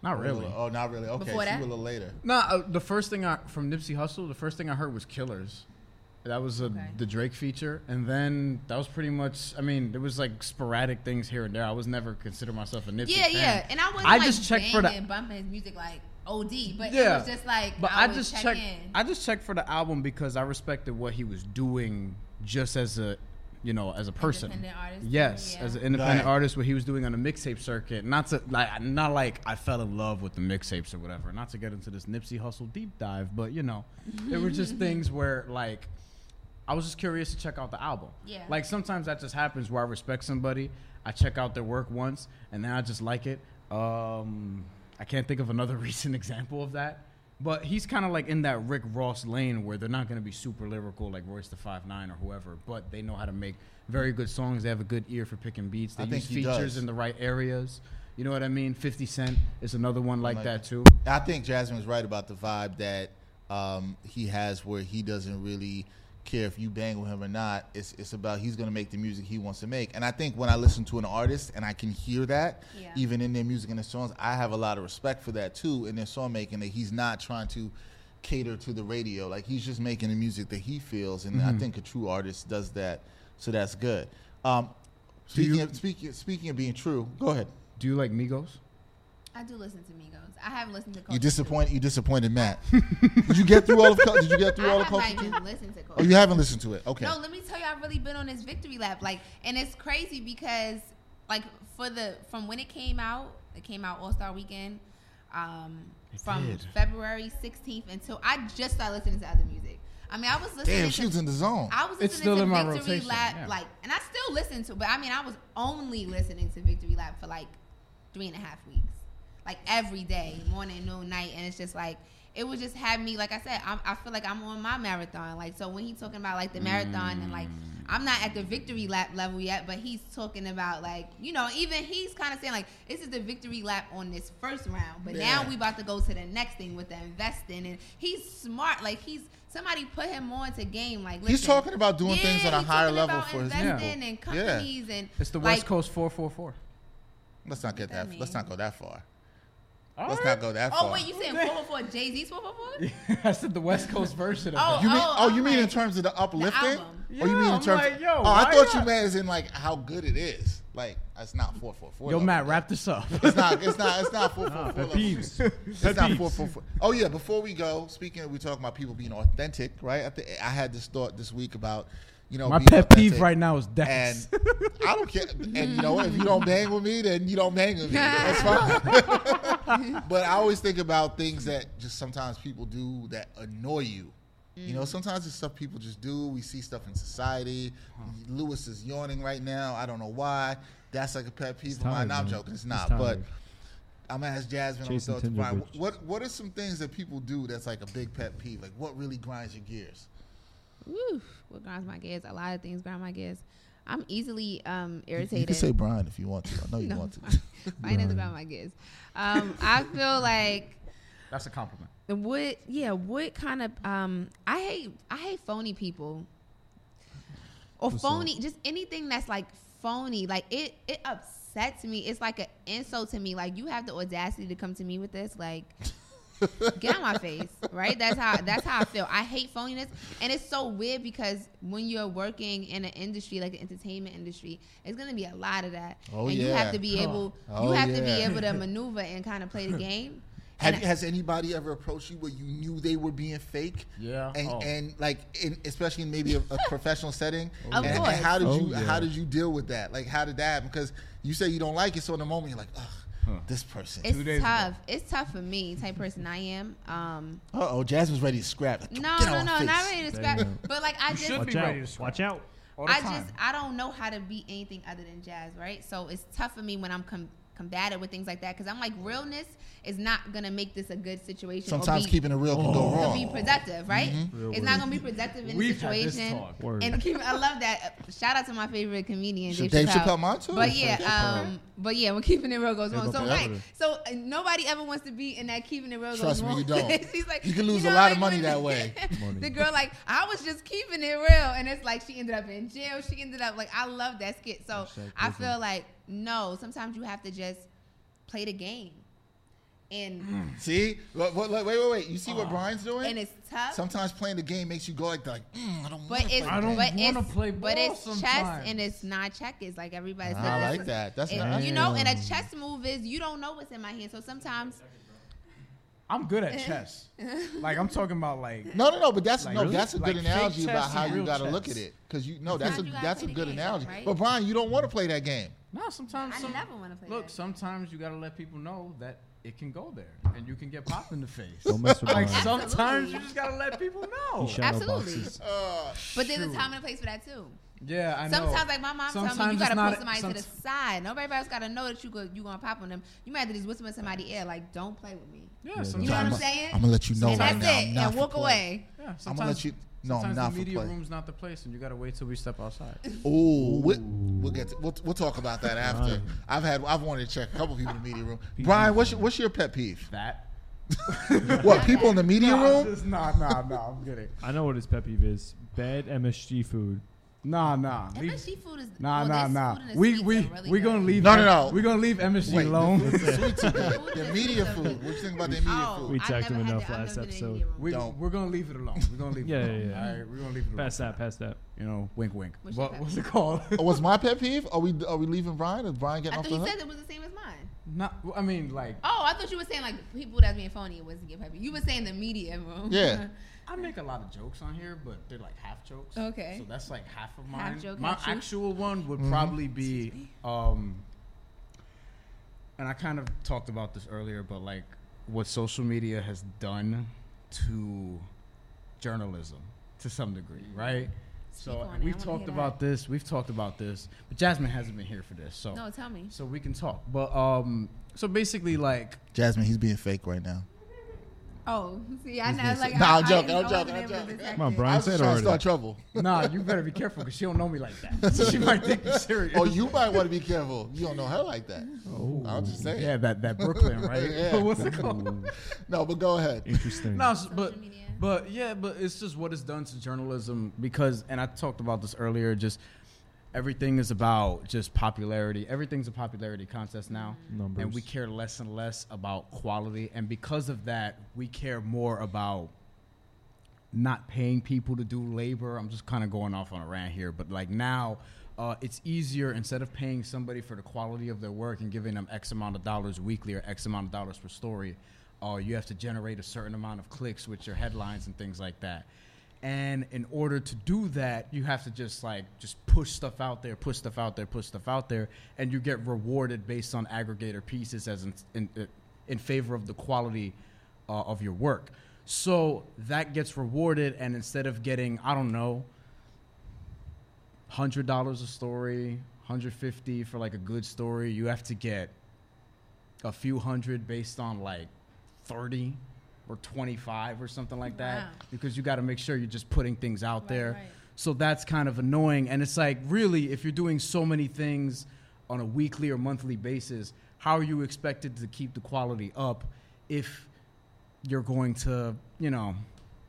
Not really.
Oh, not really. Okay,
Before
so you
that?
were a little later.
No, uh, the first thing I from Nipsey Hussle, the first thing I heard was Killers. That was a, the Drake feature, and then that was pretty much. I mean, there was like sporadic things here and there. I was never consider myself a Nipsey
yeah
fan.
yeah and i wasn't
I
like
just checked for the-
banging, bumping his music like od but it
yeah,
was just like
But
I,
I,
would
just
check
checked.
in.
I just checked for the album because I respected what he was doing, just as a, you know, as a person.
Independent artist,
Yes,
yeah.
as an independent
Right.
artist, what he was doing on the mixtape circuit. Not to like, not like I fell in love with the mixtapes or whatever. Not to get into this Nipsey Hustle deep dive, but you know, there were
*laughs*
just things where like. I was just curious to check out the album.
Yeah.
Like sometimes that just happens where I respect somebody, I check out their work once, and then I just like it. Um, I can't think of another *laughs* recent example of that. But he's kind of like in that Rick Ross lane where they're not going to be super lyrical like Royce the Five Nine or whoever, but they know how to make very good songs. They have a good ear for picking beats. They
I think
use
he
features
does.
in the right areas. You know what I mean? Fifty Cent is another one like,
Like
that
that.
too.
I think Jasmine was right about the vibe that um, he has, where he doesn't really care if you bang with him or not. It's it's about he's going to make the music he wants to make. And I think when I listen to an artist and I can hear that,
Yeah.
even in their music and their songs, I have a lot of respect for that too in their song making. That he's not trying to cater to the radio, like he's just making the music that he feels. And I think a true artist does that, so that's good. Um, speaking,
you-
of, speaking speaking of being true, go ahead.
Do you like Migos?
I do listen to Migos. I haven't listened to Culture.
You
Two.
disappoint. You disappointed Matt. did you get through all of? Cul- Did you get through
*laughs* I
all of
have not
culture
even
too?
listened to Culture.
Oh, you haven't listened to it. Okay.
No, let me tell you, I've really been on this victory lap. Like, and it's crazy because, like, for the from when it came out, it came out All Star Weekend, um, from
did.
February 16th until I just started listening to other music. I mean, I was listening.
Damn,
to,
she was in the zone.
I was listening
It's still
to
in my
Victory
rotation,
Lap,
yeah.
like, and I still listen to, but I mean, I was only listening to Victory Lap for like three and a half weeks, like every day, morning, noon, night, and it's just like it was just had me, like I said, I'm, I feel like I'm on my marathon, like so when he's talking about like the marathon and like I'm not at the Victory Lap level yet, but he's talking about like you know even he's kind of saying like this is the Victory Lap on this first round, but now
Yeah.
we about to go to the next thing with the investing, and he's smart, like he's. Somebody put him on to game like
He's talking about doing things on a
he's
higher
talking
level
about
for his
investing
people.
and
Yeah.
companies and
It's the
like,
West Coast four four four. *laughs*
let's not get
that
that. Let's
mean?
not go that far. Let's not go that far.
Oh wait, you
*laughs*
saying four four four? Jay Z's four four four?
I said the West Coast version of
Oh,
that.
You mean? Oh,
I'm
you mean in
like-
terms of the uplifting?
album.
or you mean
Yeah,
in
I'm
terms?
like, yo,
oh, I
why
thought you
not?
meant as in like how good it is. Like it's not four four four.
Yo,
level.
Matt, wrap this up.
It's not. It's not. It's
*laughs*
not four four four.
Pet
level.
peeves.
It's
Pet
not
peeves.
four, four, four. Oh yeah, before we go, speaking, of, we talking about people being authentic, right? I, th- I had this thought this week about, you know,
My
being
pet
authentic.
peeve right now is
And
Dax.
*laughs* I don't care. And you know, what? if you don't bang with me, then you don't bang with me. That's *laughs* fine. but I always think about things that just sometimes people do that annoy you. You know, sometimes it's stuff people just do. We see stuff in society. Lewis is yawning right now. I don't know why. That's like a pet peeve of mine.
tired,
No, I'm
man.
joking. It's
He's
not.
tired.
but I'm gonna ask Jasmine. I'm gonna
Jason
throw it to Brian.
Tinderbitch.
What What are some things that people do that's like a big pet peeve? Like what really grinds your gears?
Woo, what grinds my gears? A lot of things grind my gears. I'm easily um, irritated. *laughs*
Brian if you want to. I know *laughs* you
no, *laughs* mine is about my gears. Um, I
*laughs*
feel like
That's a compliment.
what? Yeah, what kind of? Um, I hate I hate phony people. Or phony, just anything that's like phony. Like it it upsets me. It's like an insult to me. Like you have the audacity to come to me with this. Like get out my face, *laughs* right? That's how that's how I feel. I hate phoniness, and it's so weird because when you're working in an industry like the entertainment industry, it's gonna be a lot of that,
Oh,
and you have
yeah.
to be able,
Oh,
you have to be
yeah. *laughs*
able to maneuver and kind of play the game.
Have,
And
you- has anybody ever approached you where you knew they were being fake?
Yeah.
And
Oh.
and like in, especially in maybe a,
*laughs*
a professional setting.
Of
and, and
course.
how did
Oh,
you
yeah.
how did you deal with that? Like how did that happen? Because you say you don't like it, so in the moment you're like, ugh, this person.
it's
two days ago.
tough. It's tough for me, type person I am. Um,
Uh oh, Jasmine's ready to scrap. Like,
no,
get
no,
out my
no,
face.
not ready to scrap.
Damn.
But like I just
should
Watch
be ready to
out.
scrap.
Watch out.
All the
I
time.
just I don't know how to be anything other than jazz, right? So it's tough for me when I'm com- combated with things like that because I'm like realness is not gonna make this a good situation. or
Sometimes
be-
keeping it real can go
to be
wrong.
productive, right?
Mm-hmm.
It's not gonna be productive in the
We've had this
situation.
talk.
Word.
And keep, I love that. Uh, Shout out to my favorite comedian,
Should Dave
Dave, Chappelle.
Chappelle mine too?
But yeah, um, but yeah, we're keeping it real goes wrong.
go
So
for
right,
it.
so uh, nobody ever wants to be in that keeping it real goes
Trust me,
wrong.
you don't.
*laughs* She's like,
You can lose a
know,
lot of
like,
money
when-
that way.
*laughs* the girl like, I was just keeping it real, and it's like she ended up in jail. She ended up like, I love that skit. So I feel like no, sometimes you have to just play the game,
Mm.
and
See? What, what, wait, wait, wait. You see what Brian's doing?
Oh. and it's tough.
Sometimes playing the game makes you go like, like mm, I don't
But
want to
it's
play the game.
but it's,
wanna play
but
ball
it's chess
sometimes.
and it's not checkers. Like everybody's
I like that. That's nice.
you know, and a chess move is you don't know what's in my hand. So sometimes
I'm good
*laughs*
at chess. like I'm talking about like
No, no, no. But that's no.
really?
That's a
Like
good
fake
analogy
chess
about
and
how you
real
got to
chess.
look at it because you no. That's a
Sometimes you gotta
that's a
play the
good
game,
analogy.
right?
But Brian, you don't want to play that game.
no. Sometimes
I
some-
never wanna play
Look,
that.
sometimes you gotta let people know that it can go there, and you can get popped in the face.
Don't
*laughs*
mess with
like
Brian.
sometimes you just gotta let people know.
Shadow
Absolutely.
boxes.
but there's a time and a place for that too.
Yeah, I know.
Sometimes, like my mom told me, you
Sometimes
gotta
it's
pull
not-
somebody to
somet-
the side. Nobody else gotta know that you go, you gonna pop on them. You might have to just whisper in somebody's ear, like, "Don't play with me."
Yeah,
You know what I'm
sometimes.
saying?
I'm gonna let you know
and
right
that's
now.
it,
I'm not
and
for
walk
play.
away.
Yeah,
I'm gonna let you. No, I'm
Sometimes
not
the
for
media
play.
room's not the place, and you gotta wait till we step outside.
Oh, we, we'll get. To, we'll, we'll talk about that after. I've had. I've wanted to check a couple people in the media
*laughs*
room. Brian, what's your, what's your pet peeve?
that.
What people in the media room?
*laughs*
Just, nah, nah, nah. I'm kidding.
I know what his pet peeve is. Bad MSG food.
Nah, nah. Leave-
MSG food is
Nah,
well,
nah,
there's
nah.
food in the
We
streets
we
that are really
we
good.
gonna leave.
No, no, no.
We're gonna leave MSG
Wait,
*laughs*
alone.
Food in
The
the
media
streets are
food.
really
What you think about the media
Oh,
food?
We
I've
checked
never
him
had
enough
that. I've
last
never been in
episode.
any room.
We,
Don't.
we're gonna leave it alone. We're gonna leave
Yeah,
it
yeah,
alone.
yeah.
All right, we're gonna leave it
Pass
alone.
that. Pass that.
You know, wink, wink.
What's
what,
that?
what's it called? *laughs*
Oh, was my pet peeve? Are we are we leaving Brian? Is Brian
I
getting
thought
off the
you
hook?
said it was the same as mine.
Not. well, I mean, like,
Oh, I thought you were saying like people that's being phony it wasn't get happy. You were saying the media room.
Yeah.
I make a lot of jokes on here, but they're like half jokes.
Okay.
So that's like half of mine.
joke,
My
half truth.
actual one would
Mm-hmm.
probably be, um, and I kind of talked about this earlier, but like what social media has done to journalism to some degree, right? So
Mm-hmm. Speak on it. I
we've
wanna
talked
hear
about this. We've talked about this, but Jasmine hasn't been here for this, so
No, tell me.
so we can talk. But um, so basically, like
Jasmine, he's being fake right now.
*laughs* Oh, see, I know.
Business.
Like,
Nah,
I,
I'm
I
joking,
didn't-
I'm
I wasn't
joking, I'm
able to
joking.
detect
Come on,
it.
I
Brian.
was
Said
just trying to
already.
start trouble.
Nah, you better be careful because she don't know me like that. *laughs* she might think you serious.
*laughs* Oh, you might want to be careful. You don't know her like that. Oh, I'm just saying.
yeah, that that Brooklyn, right?
Yeah.
*laughs* What's it called?
No, but go ahead. *laughs*
Interesting.
no, s- but
media.
but yeah, but it's just what it's done to journalism because, and I talked about this earlier. Just everything is about just popularity. Everything's a popularity contest now,
Numbers.
and we care less and less about quality. And because of that, we care more about not paying people to do labor. I'm just kind of going off on a rant here, but like now, uh, it's easier instead of paying somebody for the quality of their work and giving them X amount of dollars weekly or X amount of dollars per story. Uh, you have to generate a certain amount of clicks with your headlines and things like that. And in order to do that, you have to just like just push stuff out there, push stuff out there, push stuff out there, and you get rewarded based on aggregator pieces as in, in, in favor of the quality uh, of your work. So that gets rewarded, and instead of getting I don't know hundred dollars a story, hundred fifty for like a good story. You have to get a few hundred based on like thirty or twenty five or something like that
Wow.
because you got to make sure you're just putting things out there.
right.
So that's kind of annoying, and it's like really if you're doing so many things on a weekly or monthly basis, how are you expected to keep the quality up if you're going to you know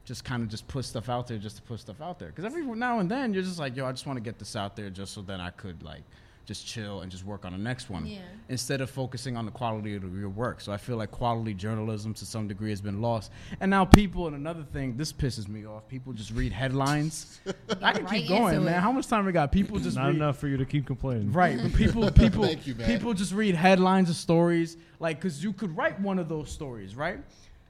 just kind of just put stuff out there just to put stuff out there because every now and then you're just like yo i just want to get this out there just so then i could like just chill and just work on the next one
Yeah.
instead of focusing on the quality of your work so i feel like quality journalism to some degree has been lost and now people and another thing this pisses me off people just read
*laughs*
headlines i can
Right
keep going
into
man
it.
how much time we
*clears throat*
got people just
Not
read,
enough for you to keep complaining.
Right, but people, people,
Thank you, man.
people just read headlines of stories, like because you could write one of those stories, right?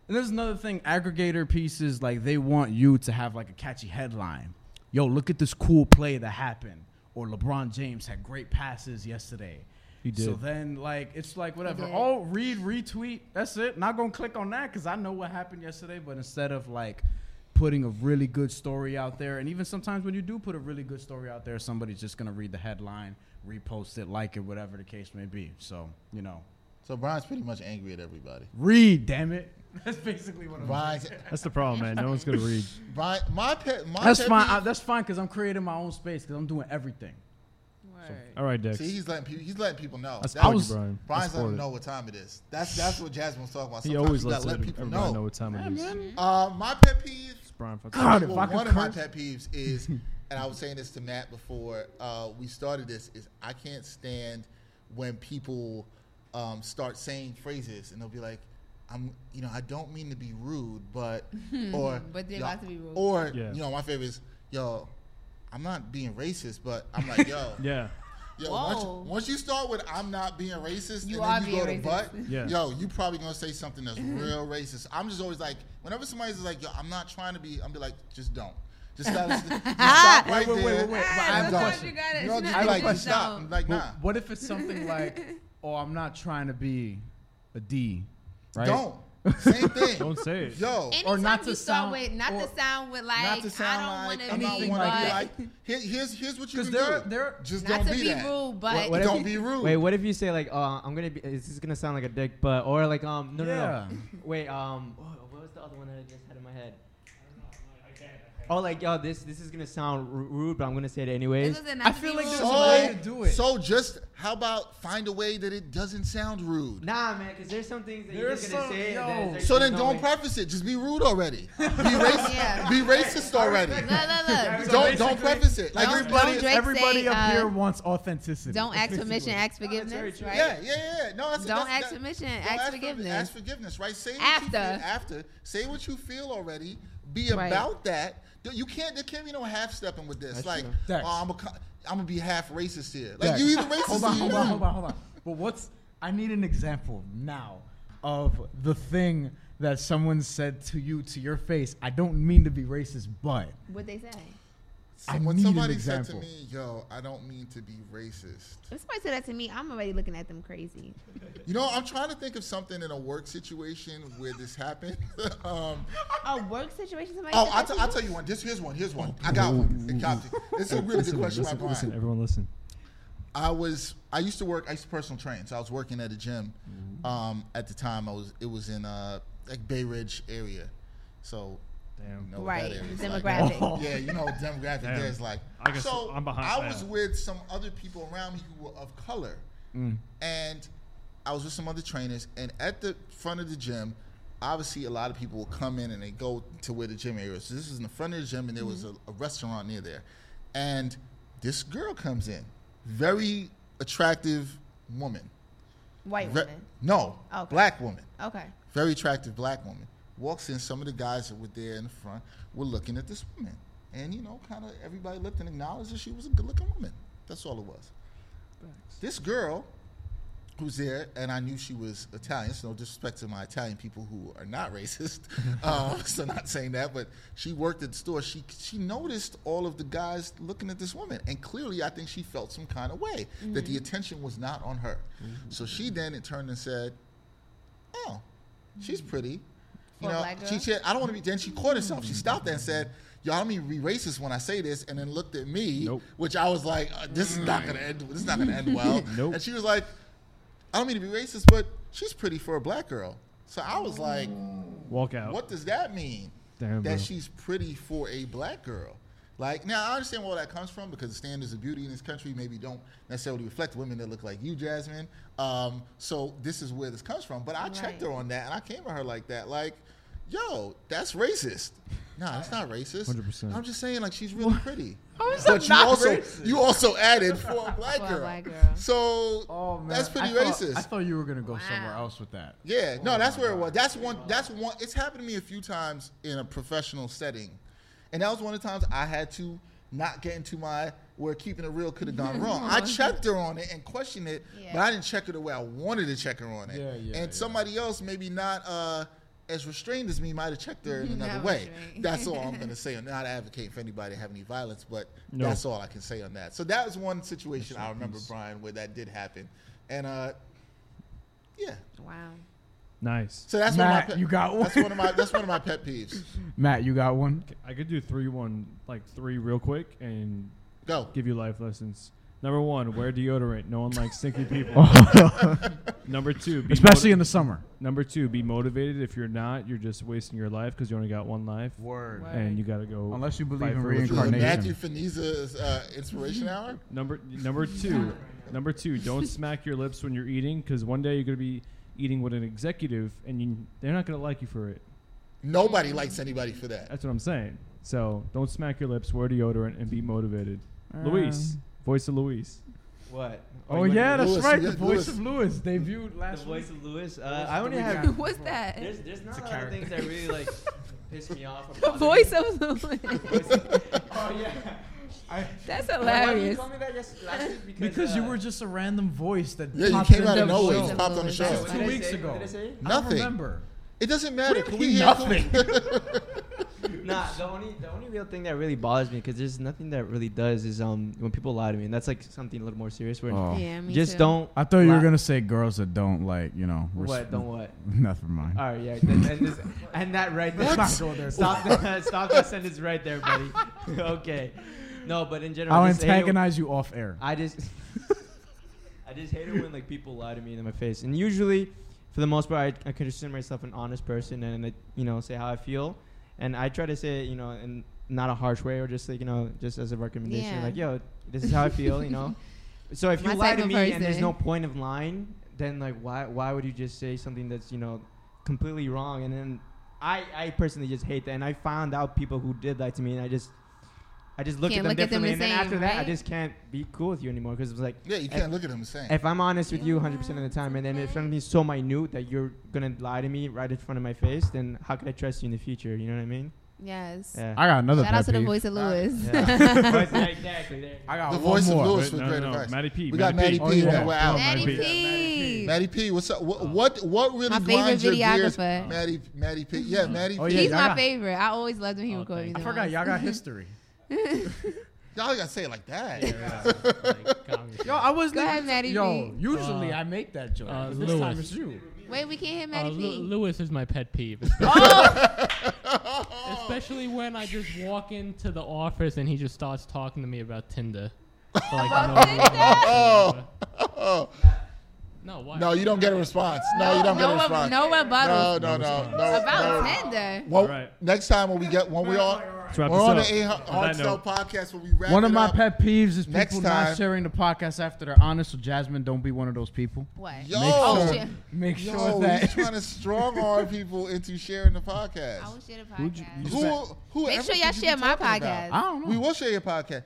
And there's another thing, aggregator pieces, like they want you to have like a catchy headline. Yo, look at this cool play that happened, or LeBron James had great passes yesterday.
He
So
did.
then, like, it's like whatever.
did.
Oh, read, retweet. That's it. Not gonna click on that because I know what happened yesterday. But instead of like putting a really good story out there, and even sometimes when you do put a really good story out there, somebody's just gonna read the headline, repost it, like it, whatever the case may be. So you know,
So Brian's pretty much angry at everybody.
read, damn it. *laughs* That's basically what I'm.
Brian's,
That's the problem, man. No one's gonna
*laughs*
read.
Brian, my pet, my
That's
pet
fine.
peeve-
I, that's fine because I'm creating my own space because I'm doing everything.
All right, Dex.
See, he's letting people. He's letting people know.
That's
That-
was, Brian.
Brian's letting
That's Porter.
them know what time it is. That's that's what Jasmine was talking about.
He
Sometimes
always
you
lets
gotta let
everybody
people
everybody know.
know.
what time it is.
Uh, my pet peeve.
Brian, fuck
God, if
well,
I could
one of my
curse-
pet peeves
*laughs*
is, and I was saying this to Matt before uh, we started this, is I can't stand when people um, start saying phrases and they'll be like, "I'm, you know, I don't mean to be rude,
*laughs*
but," or
But they're
"Yo,"
about to be rude.
or
Yeah.
you know, my favorite is, "Yo, I'm not being racist, but I'm like,
*laughs*
yo,
Yeah.
Yo, once,
Whoa.
once you start with I'm not being racist,
You
and then
are
you
being
go to
racist. Mm-hmm.
butt,
Yeah.
yo, you probably gonna say something that's real racist. I'm just always like, whenever somebody's like, yo, I'm not trying to be, I'm be like, just don't. Just stop, just
*laughs*
stop right
wait, wait,
there.
wait, wait.
Ah,
But I have a
Don't.
sometimes you gotta-
You know, just
I
be
have a
like, just
question.
stop. I'm like,
But
nah,
What if it's something like, oh, I'm not trying to be a D, right?
don't. Same thing.
Don't say it.
Yo,
Or
Anytime
not to
you
sound-
start with, not
or
to sound with like,
not to sound
I
like
don't
I'm
want
not
to be,
one to
but
be like. Here, here's here's what you
'Cause
can
there-
do.
there-
just
not
don't
to
be,
be
that.
rude, but
what if
don't
you-
be rude.
Wait, what if you say like, "Oh, I'm gonna be. This is gonna sound like a dick, but or like, um, no, no,
Yeah.
no. *laughs* Wait, um, oh, what was the other one that I just had in my head? Oh, like, yo, this this is gonna sound r- rude, but I'm gonna say it anyways.
This is not
I
to
feel
be
like
rude.
there's
so,
a way to do it.
so just how about find a way that it doesn't sound rude.
Nah, man, because there's some things that you're
There's
just gonna
some-
say.
yo.
that is, like,
So then
no
don't
way.
preface it. Just be rude
*laughs*
already. Be racist.
*laughs* Yeah.
Be racist already.
Look, look, look.
Don't don't preface it. Like
Don't-
everybody.
don't
Yeah,
Drake
Everybody
say,
up
uh,
here wants authenticity.
Don't ask permission, ask
very
forgiveness,
true.
right?
yeah, yeah. No, that's,
Don't
that's,
ask
that-
permission,
don't
ask
for-
forgiveness.
Ask forgiveness, right? Say what you
After.
feel after. Say what you feel already. Be
Right.
about that. Th- You can't. There can't be no half stepping with this. like, oh,
Dex.
I'm a, co- I'm gonna be half racist here. Like you either racist
hold on,
or you
hold on,
not.
hold on, hold on. But what's? I need an example now of the thing that someone said to you to your face. I don't mean to be racist, but
What they say?
So
I
when
need an
somebody said to
example.
me, "Yo, I don't mean to be racist."
If somebody said that to me, I'm already looking at them
*laughs*
crazy.
You know, I'm trying to think of something in a work situation where this happened. *laughs*
*laughs*
um,
A work situation, somebody.
Oh,
said
I'll,
that
t-
to
I'll
you?
tell you one. This here's one. Here's one. I got one. It copped it. It's a really good question by
listen,
Brian.
listen, everyone listen.
I was I used to work. I used to personal train, so I was working at a gym.
Mm-hmm.
Um, at the time, I was it was in uh like Bay Ridge area, so
Damn.
you know what
Right,
that area is
demographic.
Oh. *laughs*
Like, yeah, you know demographic.
Damn.
There's like
I guess
so.
I'm behind
I
that.
was with some other people around me who were of color,
Mm.
and I was with some other trainers. And at the front of the gym, obviously a lot of people will come in and they go to where the gym area is. So this is in the front of the gym, and there
Mm-hmm.
was a, a restaurant near there, and this girl comes in, very attractive woman.
White
Ve-
woman.
no,
Okay.
black woman
Okay.
very attractive black woman walks in some of the guys that were there in the front were looking at this woman and you know kind of everybody looked and acknowledged that she was a good looking woman that's all it was this girl who's there, and I knew she was Italian. So no disrespect to my Italian people who are not *laughs* racist.
*laughs*
uh, so not saying that, but she worked at the store. She she noticed all of the guys looking at this woman, and clearly, I think she felt some kind of way that
Mm-hmm.
the attention was not on her. So she then it turned and said, "Oh, she's pretty." You
Mm-hmm. For a
know,
black
she
girl?
said, "I don't want to be." Then she caught herself. She stopped there and said. Y'all don't mean be racist when I say this, and then looked at me,
Nope.
which I was like, uh, "This is not gonna end. This is not gonna end well."
*laughs* Nope.
And she was like, I don't mean to be racist, but she's pretty for a black girl. So I was like,
Walk out.
what does that mean?
Damn,
that
bro.
she's pretty for a black girl. Like now, I understand where that comes from because the standards of beauty in this country maybe don't necessarily reflect women that look like you, Jasmine. Um, so this is where this comes from. But I checked
Right.
her on that, and I came at her like that, like, "Yo, that's racist." Nah, that's not racist.
100%.
I'm just saying, like, she's really pretty.
is
but
that
you
not
also
racist?
you also added *laughs* for a black
For a
girl.
black girl.
So that's pretty
Oh, I thought-
racist.
I thought you were gonna go somewhere
Wow.
else with that.
Yeah, no, that's where it was. That's one. That's one. It's happened to me a few times in a professional setting, and that was one of the times I had to not get into my where keeping it real
*laughs*
could have gone wrong. I checked her on it and questioned it, but
Yeah.
I didn't check her the way I wanted to check her on it.
Yeah, yeah,
and
yeah.
somebody else, maybe not uh, as restrained as me, might have checked her in another
*laughs* Not
way.
restrained.
That's all
*laughs*
I'm gonna say. I'm not advocating for anybody to have any violence, but
No.
that's all I can say on that. So that was one situation I remember, Brian, where that did happen, and uh, yeah.
Wow.
Nice.
So that's one of
Matt,
my pet,
you got one.
That's one of my that's one of my pet peeves.
Matt, you got one.
I could do three one like three real quick and
Go.
give you life lessons. Number one, wear deodorant. No one likes
*laughs*
stinky people. Number two, be
Especially
motiv-
in the summer.
number two, be motivated. If you're not, you're just wasting your life because you only got one life,
Word.
and you gotta go.
Unless you believe
Fight
in
for what you
This is
believe.
Matthew
reincarnation.
Finiza's uh, inspiration hour.
Number number two, number two.
*laughs*
Don't smack your lips when you're eating, because one day you're gonna be eating with an executive, and you, they're not gonna like you for it.
Nobody likes anybody for that.
That's what I'm saying. So don't smack your lips. Wear deodorant and be motivated.
Um,
Luis, voice of Luis.
What?
Oh,
you
yeah,
wanna-
that's
Lewis,
right.
yeah,
the voice
Lewis.
of Lewis debuted
the
last week.
voice of Lewis. Uh, I only
we
have.
*laughs*
got.
What's that?
There's there's not
a
a lot of
character.
things that really like piss me off.
*laughs*
or
The
bother me.
voice of the
Oh yeah. I,
*laughs* That's
why did you
hilarious.
call me that just last week? Because,
Because you
uh,
were just a random voice that
Yeah, you
popped
came
into
out of
the
nowhere.
show.
You popped on the
That
show.
was
What did
two
I
weeks
say?
ago.
What did I say?
I don't
Nothing.
remember.
It doesn't matter. Can we
mean
hear
nothing?
nah, the only the only real thing that really bothers me because there's nothing that really does is um when people lie to me and that's like something a little more serious. Where
Oh.
Yeah, me
Oh. just
too.
don't.
I thought you were
lie-
gonna say girls that don't like, you know. res-
What? Don't what?
*laughs* Never mind.
All right, yeah, th- and, this, and that right there.
*laughs*
Let's
*laughs*
not go there.
Stop that! Stop that sentence right there, buddy. *laughs* okay, no, but in general,
I'll
I just hate it-
antagonize you off air.
I just, *laughs* I just hate it when like people lie to me in my face. And usually, for the most part, I, I consider myself an honest person, and I, you know, say how I feel, and I try to say it, you know, in not a harsh way, or just like you know, just as a recommendation,
Yeah.
like yo, this is how I feel,
*laughs*
you know. So if
My eh?
you lie
type
to
of
me and there's
person.
no point of lying, then like why why would you just say something that's you know completely wrong? And then I I personally just hate that, and I found out people who did that to me, and I just. I just look
Can't
at them
look at them
differently,
the
and then
same,
after that, I
right?
just can't be cool with you anymore because it's like,
*laughs* Yeah, you can't look at him saying.
if I'm honest with you 100% of the time, and then if something's so minute that you're gonna lie to me right in front of my face, then how could I trust you in the future? You know what I mean?
Yes.
*laughs*
Yeah.
I got another
Shout out
pet
to the
peeve.
voice of Lewis. *laughs*
yeah, exactly. There.
I got
The
one
voice of
more.
Lewis
Wait,
was
no,
great
no, no.
advice.
Matty P,
We got
Matty
Matty
P.
P.
Oh, yeah.
man, We're out.
Maddie
P.
P.
Matty P. What's up? What what, what really
My favorite
grinds your gears?
videographer. Mm-hmm.
Matty Matty P. Yeah, Matty
Oh,
P.
yeah,
He's
y'all
my
got-
favorite. I always loved when he would call me.
I
the
forgot
boss.
y'all got history.
Y'all gotta say it like that. *laughs*
Yo, I was
Go ahead, Maddie
Yo,
P.
usually I make that joke.
uh,
but this time
Lewis.
it's you.
Wait, we can't hear
Uh,
Maddie
Lu-
P. *laughs*
Lewis is my pet peeve. Especially, *laughs* especially when I just walk into the office and he just starts talking to me about Tinder. For like no reason. No, why?
Oh. *laughs* No, you don't get a response. No, you don't get a
no one,
response.
no one
no,
bothers
no, no, no.
about
no.
Tinder.
Well,
Alright.
next time when we get when we all
Let's
we're
wrap
on
this
the A Hard
up. On that
Sell
note,
podcast when we wrap
One
it
of my
up.
pet peeves is
Next
people not
time.
sharing the podcast after they're honest. So Jasmine, don't be one of those people.
What?
Yo.
I
Oh,
will share,
Make
Yo,
sure
he's
that
trying to strong arm people into sharing the podcast.
I will share the podcast.
Who, who?
Make sure y'all share my podcast.
*laughs* I don't know.
We will share your podcast.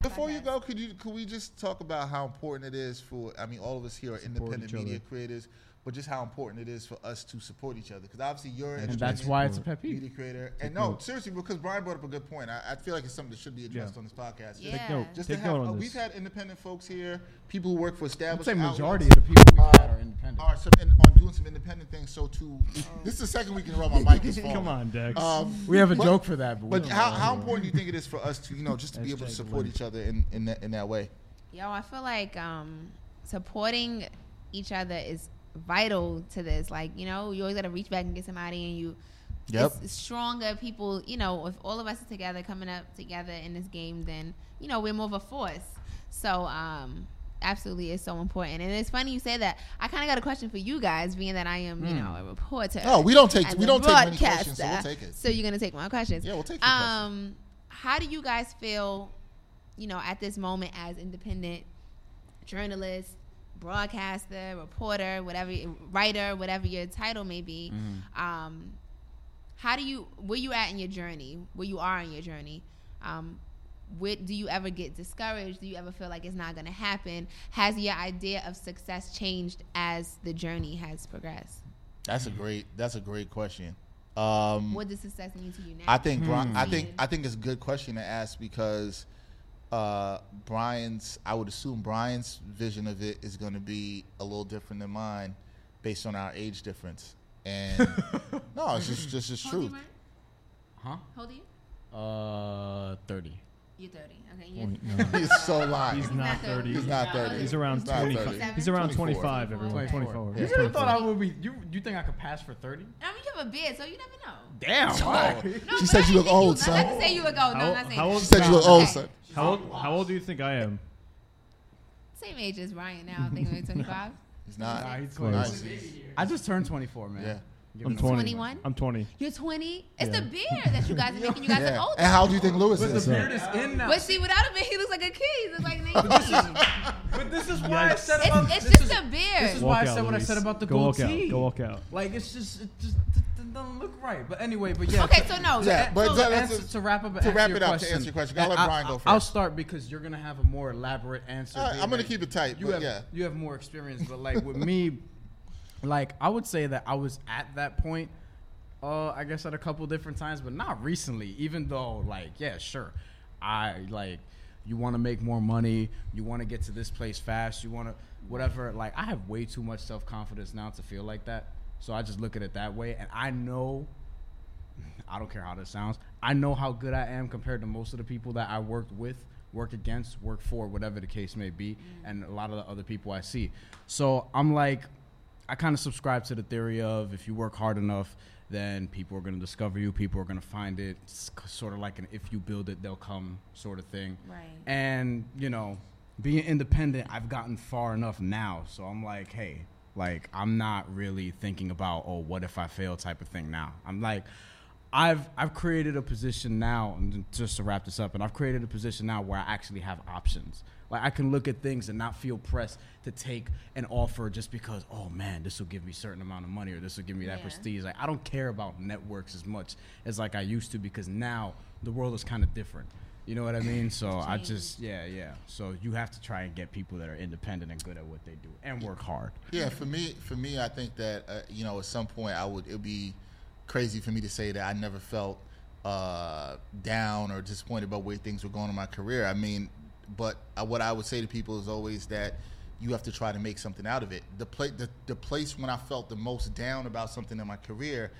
Before you go, could you could we just talk about how important it is for I mean all of us here are independent
each other.
media creators, but just how important it is for us to support each other. Because obviously you're an
And that's
independent
why it's a pet peeve.
media creator,
Take
and no,
note.
seriously, because Brian brought up a good point. I, I feel like it's something that should be addressed
Yeah.
on this podcast.
Take Yeah. note.
Just
Take
to have,
note on
uh,
this.
we've had independent folks here, people who work for established.
say majority
outlets, Uh,
of the people we've had are independent.
Are some, and on doing some independent things. So too,
Oh.
this is the second week in a row my mic
*laughs*
is falling. Um,
Come on, Dex. We have a joke for that, but we don't
how,
know.
how important do you think it is for us to you know just to be able to support each other in in that, in that way?
Yo, I feel like um, supporting each other is vital to this. Like, you know, you always got to reach back and get somebody, and you.
Yep.
It's, it's stronger people, you know, if all of us are together, coming up together in this game, then, you know, we're more of a force. So, um, absolutely, it's so important. And it's funny you say that. I kind of got a question for you guys, being that I am, you
Hmm.
know, a reporter.
No, we don't take-
and
we
a
don't take many questions, so we'll
broadcaster.
take it.
So you're going to take my questions. Yeah, we'll
take
your um, How do you guys feel you know, at this moment as independent journalist, broadcaster, reporter, whatever, writer, whatever your title may be.
Mhm.
Mm-hmm.
Um, how do you, where you at in your journey, where you are in your journey? Um, where, do you ever get discouraged? Do you ever feel like it's not going to happen? Has your idea of success changed as the journey has progressed?
That's a great. That's a great question. Um,
what does success mean to you now?
I think Bri- I
Hmm.
think I think it's a good question to ask because uh, Brian's I would assume Brian's vision of it is going to be a little different than mine based on our age difference.
*laughs*
And no, it's just just just
How
true.
old you, Ryan?
Huh?
How old are you?
Uh, thirty.
You're 30. Okay. *laughs*
He's so lying.
Oh, He's not 30.
He's not 30.
He's around
He's not
25.
30.
He's around
24.
25, everyone. 24.
You
He's
really thought I
24.
would be? You you think I could pass for thirty?
I mean, you have a beard, so you never know.
Damn.
Sorry. She said you look old,
I'm
son.
not say you look old. No, I'm
How,
not saying
how
that.
old?
She said you look old,
Okay.
son.
How old? How old do you think I am?
Same age as Ryan now. I think we're 25.
He's not.
*laughs* Nah, he's
Close.
20. I just turned twenty-four, man.
Yeah.
Give
I'm
it a-
20.
21?
I'm 20.
You're 20. It's
Yeah.
the beard that you guys are making you guys
Yeah.
look older.
And how old do you think Lewis
But
is?
the beard is in now.
But see, without a beard, he looks like a kid. He looks like 19.
But this is why I
Yikes.
said
It's-
about
it's
this
just
is-
a beard.
This is
Walk
why I
out,
said what I
Luis.
said about the
Go walk out.
goatee.
Go walk out.
Like it's just it just d- d- d- don't look right. But anyway, but yeah.
Okay,
to-
so no,
to,
yeah,
a-
but
no,
that-
to,
that's
answer,
a-
to wrap up,
to wrap it
answer your
up, to
question,
answer your question. I'll let
and I-
Brian go
I- I'll
first.
start because you're gonna have a more elaborate answer.
All right,
being
I'm gonna
that
keep it tight,
You
but
have
yeah.
you have more experience, but like with me, *laughs* like I would say that I was at that point. Uh, I guess at a couple different times, but not recently. Even though, like, yeah, sure, I like you want to make more money, you want to get to this place fast, you want to whatever. Like, I have way too much self confidence now to feel like that. So I just look at it that way, and I know I don't care how this sounds. I know how good I am compared to most of the people that I worked with, work against, work for, whatever the case may be, and a lot of the other people I see. So I'm like, I kind of subscribe to the theory of if you work hard enough, then people are going to discover you, people are going to find it. It's sort of like an if you build it, they'll come sort of thing.
Right.
And, you know, being independent, I've gotten far enough now. So I'm like, hey, like, I'm not really thinking about, oh, what if I fail type of thing now. I'm like, I've I've created a position now, and just to wrap this up, and I've created a position now where I actually have options. Like I can look at things and not feel pressed to take an offer just because, oh man, this will give me certain amount of money or this will give me that
Yeah.
prestige. Like I don't care about networks as much as like I used to because now the world is kind of different. You know what I mean? So I
Changed.
just yeah, yeah. So you have to try and get people that are independent and good at what they do and work hard.
Yeah, for me, for me, I think that uh, you know, at some point, I would. It'd be crazy for me to say that I never felt uh, down or disappointed about where things were going in my career. I mean, but uh, what I would say to people is always that you have to try to make something out of it. The place, the, the place when I felt the most down about something in my career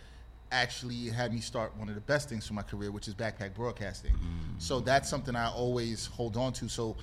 actually had me start one of the best things for my career, which is backpack broadcasting. So that's something I always hold on to. So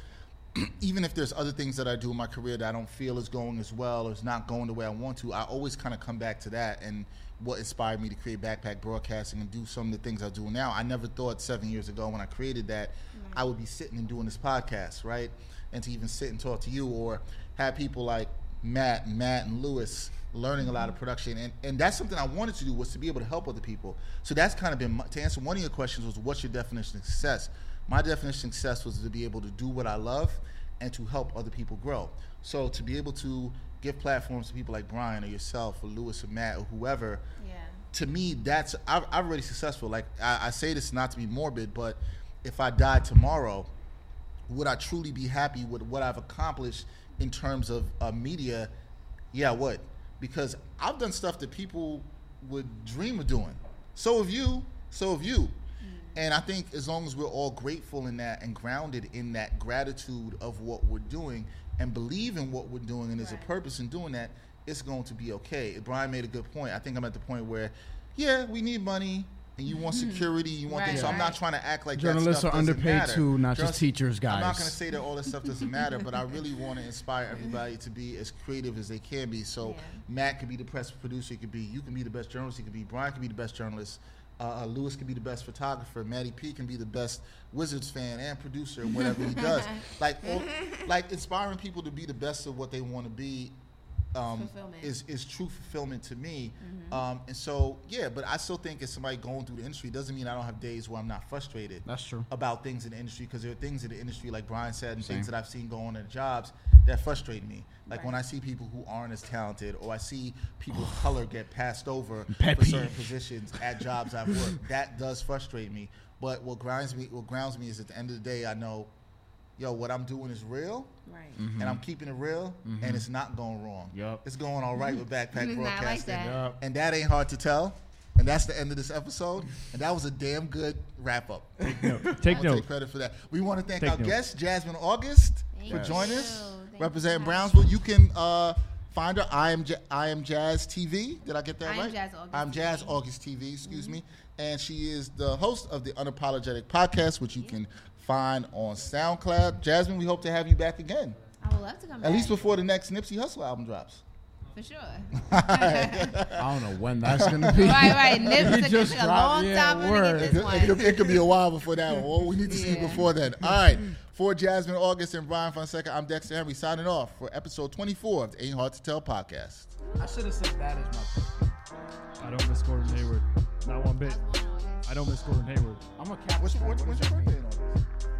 even if there's other things that I do in my career that I don't feel is going as well or is not going the way I want to, I always kind of come back to that and what inspired me to create Backpack Broadcasting and do some of the things I do now. I never thought seven years ago when I created that I would be sitting and doing this podcast, right? And to even sit and talk to you or have people like Matt, Matt and Lewis learning a lot of production and, and that's something I wanted to do was to be able to help other people. So that's kind of been my, to answer one of your questions was what's your definition of success? My definition of success was to be able to do what I love and to help other people grow. So to be able to give platforms to people like Brian or yourself or Lewis or Matt or whoever,
Yeah.
to me that's I've, I've already successful. Like I, I say this not to be morbid, but if I die tomorrow, would I truly be happy with what I've accomplished in terms of uh, media? Yeah, I would. because I've done stuff that people would dream of doing. So have you. So have you. And I think as long as we're all grateful in that and grounded in that gratitude of what we're doing and believe in what we're doing and there's a purpose in doing that, it's going to be okay. Brian made a good point. I think I'm at the point where, yeah, we need money and you want security, you want things. So I'm not trying to act like that
Journalists
stuff
are
doesn't
underpaid
matter.
too, not just teachers,
I'm not
guys.
going to say that all this stuff doesn't matter, but I really want to inspire everybody to be as creative as they can be. So Matt could be the best producer, he could be you can be the best journalist, he could be Brian could be the best journalist. Uh, uh, Lewis could be the best photographer. Maddie P can be the best Wizards fan and producer, and whatever he does. Like, all, like inspiring people to be the best of what they want to be um,
Fulfillment.
is is true fulfillment to me. Um, and so, yeah, but I still think as somebody going through the industry doesn't mean I don't have days where I'm not frustrated.
That's true.
About things in the industry because there are things in the industry, like Brian said, and
Same.
things that I've seen go on in jobs that frustrate me. Like when I see people who aren't as talented, or I see people of color get passed over
*sighs* Pet
for certain
peeve.
positions at jobs I've
*laughs*
worked. That does frustrate me. But what grinds me, what grounds me, is at the end of the day, I know, yo, what I'm doing is real,
Right.
and I'm keeping it real, and it's not going wrong.
Mm-hmm. Yup.
It's going all
*laughs*
right with Backpack
It's not like
Broadcasting.
that. Yup.
And that ain't hard to tell. And that's the end of this episode. And that was a damn good wrap up. Take
note. Take
Take
note.
credit for that. We want to thank
Take
our
note.
guest, Jasmine August,
Thank
for
you.
joining us.
Thank
Representing
you.
Brownsville. You can uh, find her. I am, ja- I am Jazz TV. Did I get that
I am
right?
Jazz August Mm-hmm.
I'm Jazz
TV.
August TV, excuse me. And she is the host of the Unapologetic Podcast, which you can find on SoundCloud. Jasmine, we hope to have you back again.
I would love to come
At
back.
least before the next Nipsey Hustle album drops.
for sure.
I don't know when that's gonna be.
right, right.
You
Nips took
just
us a
dropped-
long
yeah,
time for to
word.
get
It,
this
it,
one.
could, it could be a while before that one. Well, we need to see
Yeah.
before then. All right. For Jasmine August and Brian Fonseca, I'm Dexter Henry signing off for episode 24 of the Ain't Hard to Tell podcast.
I should have said that as my.
I don't miss Gordon Hayward. Not one bit. I don't miss Gordon Hayward.
I'm a cat.
What's your, what's your birthday in August?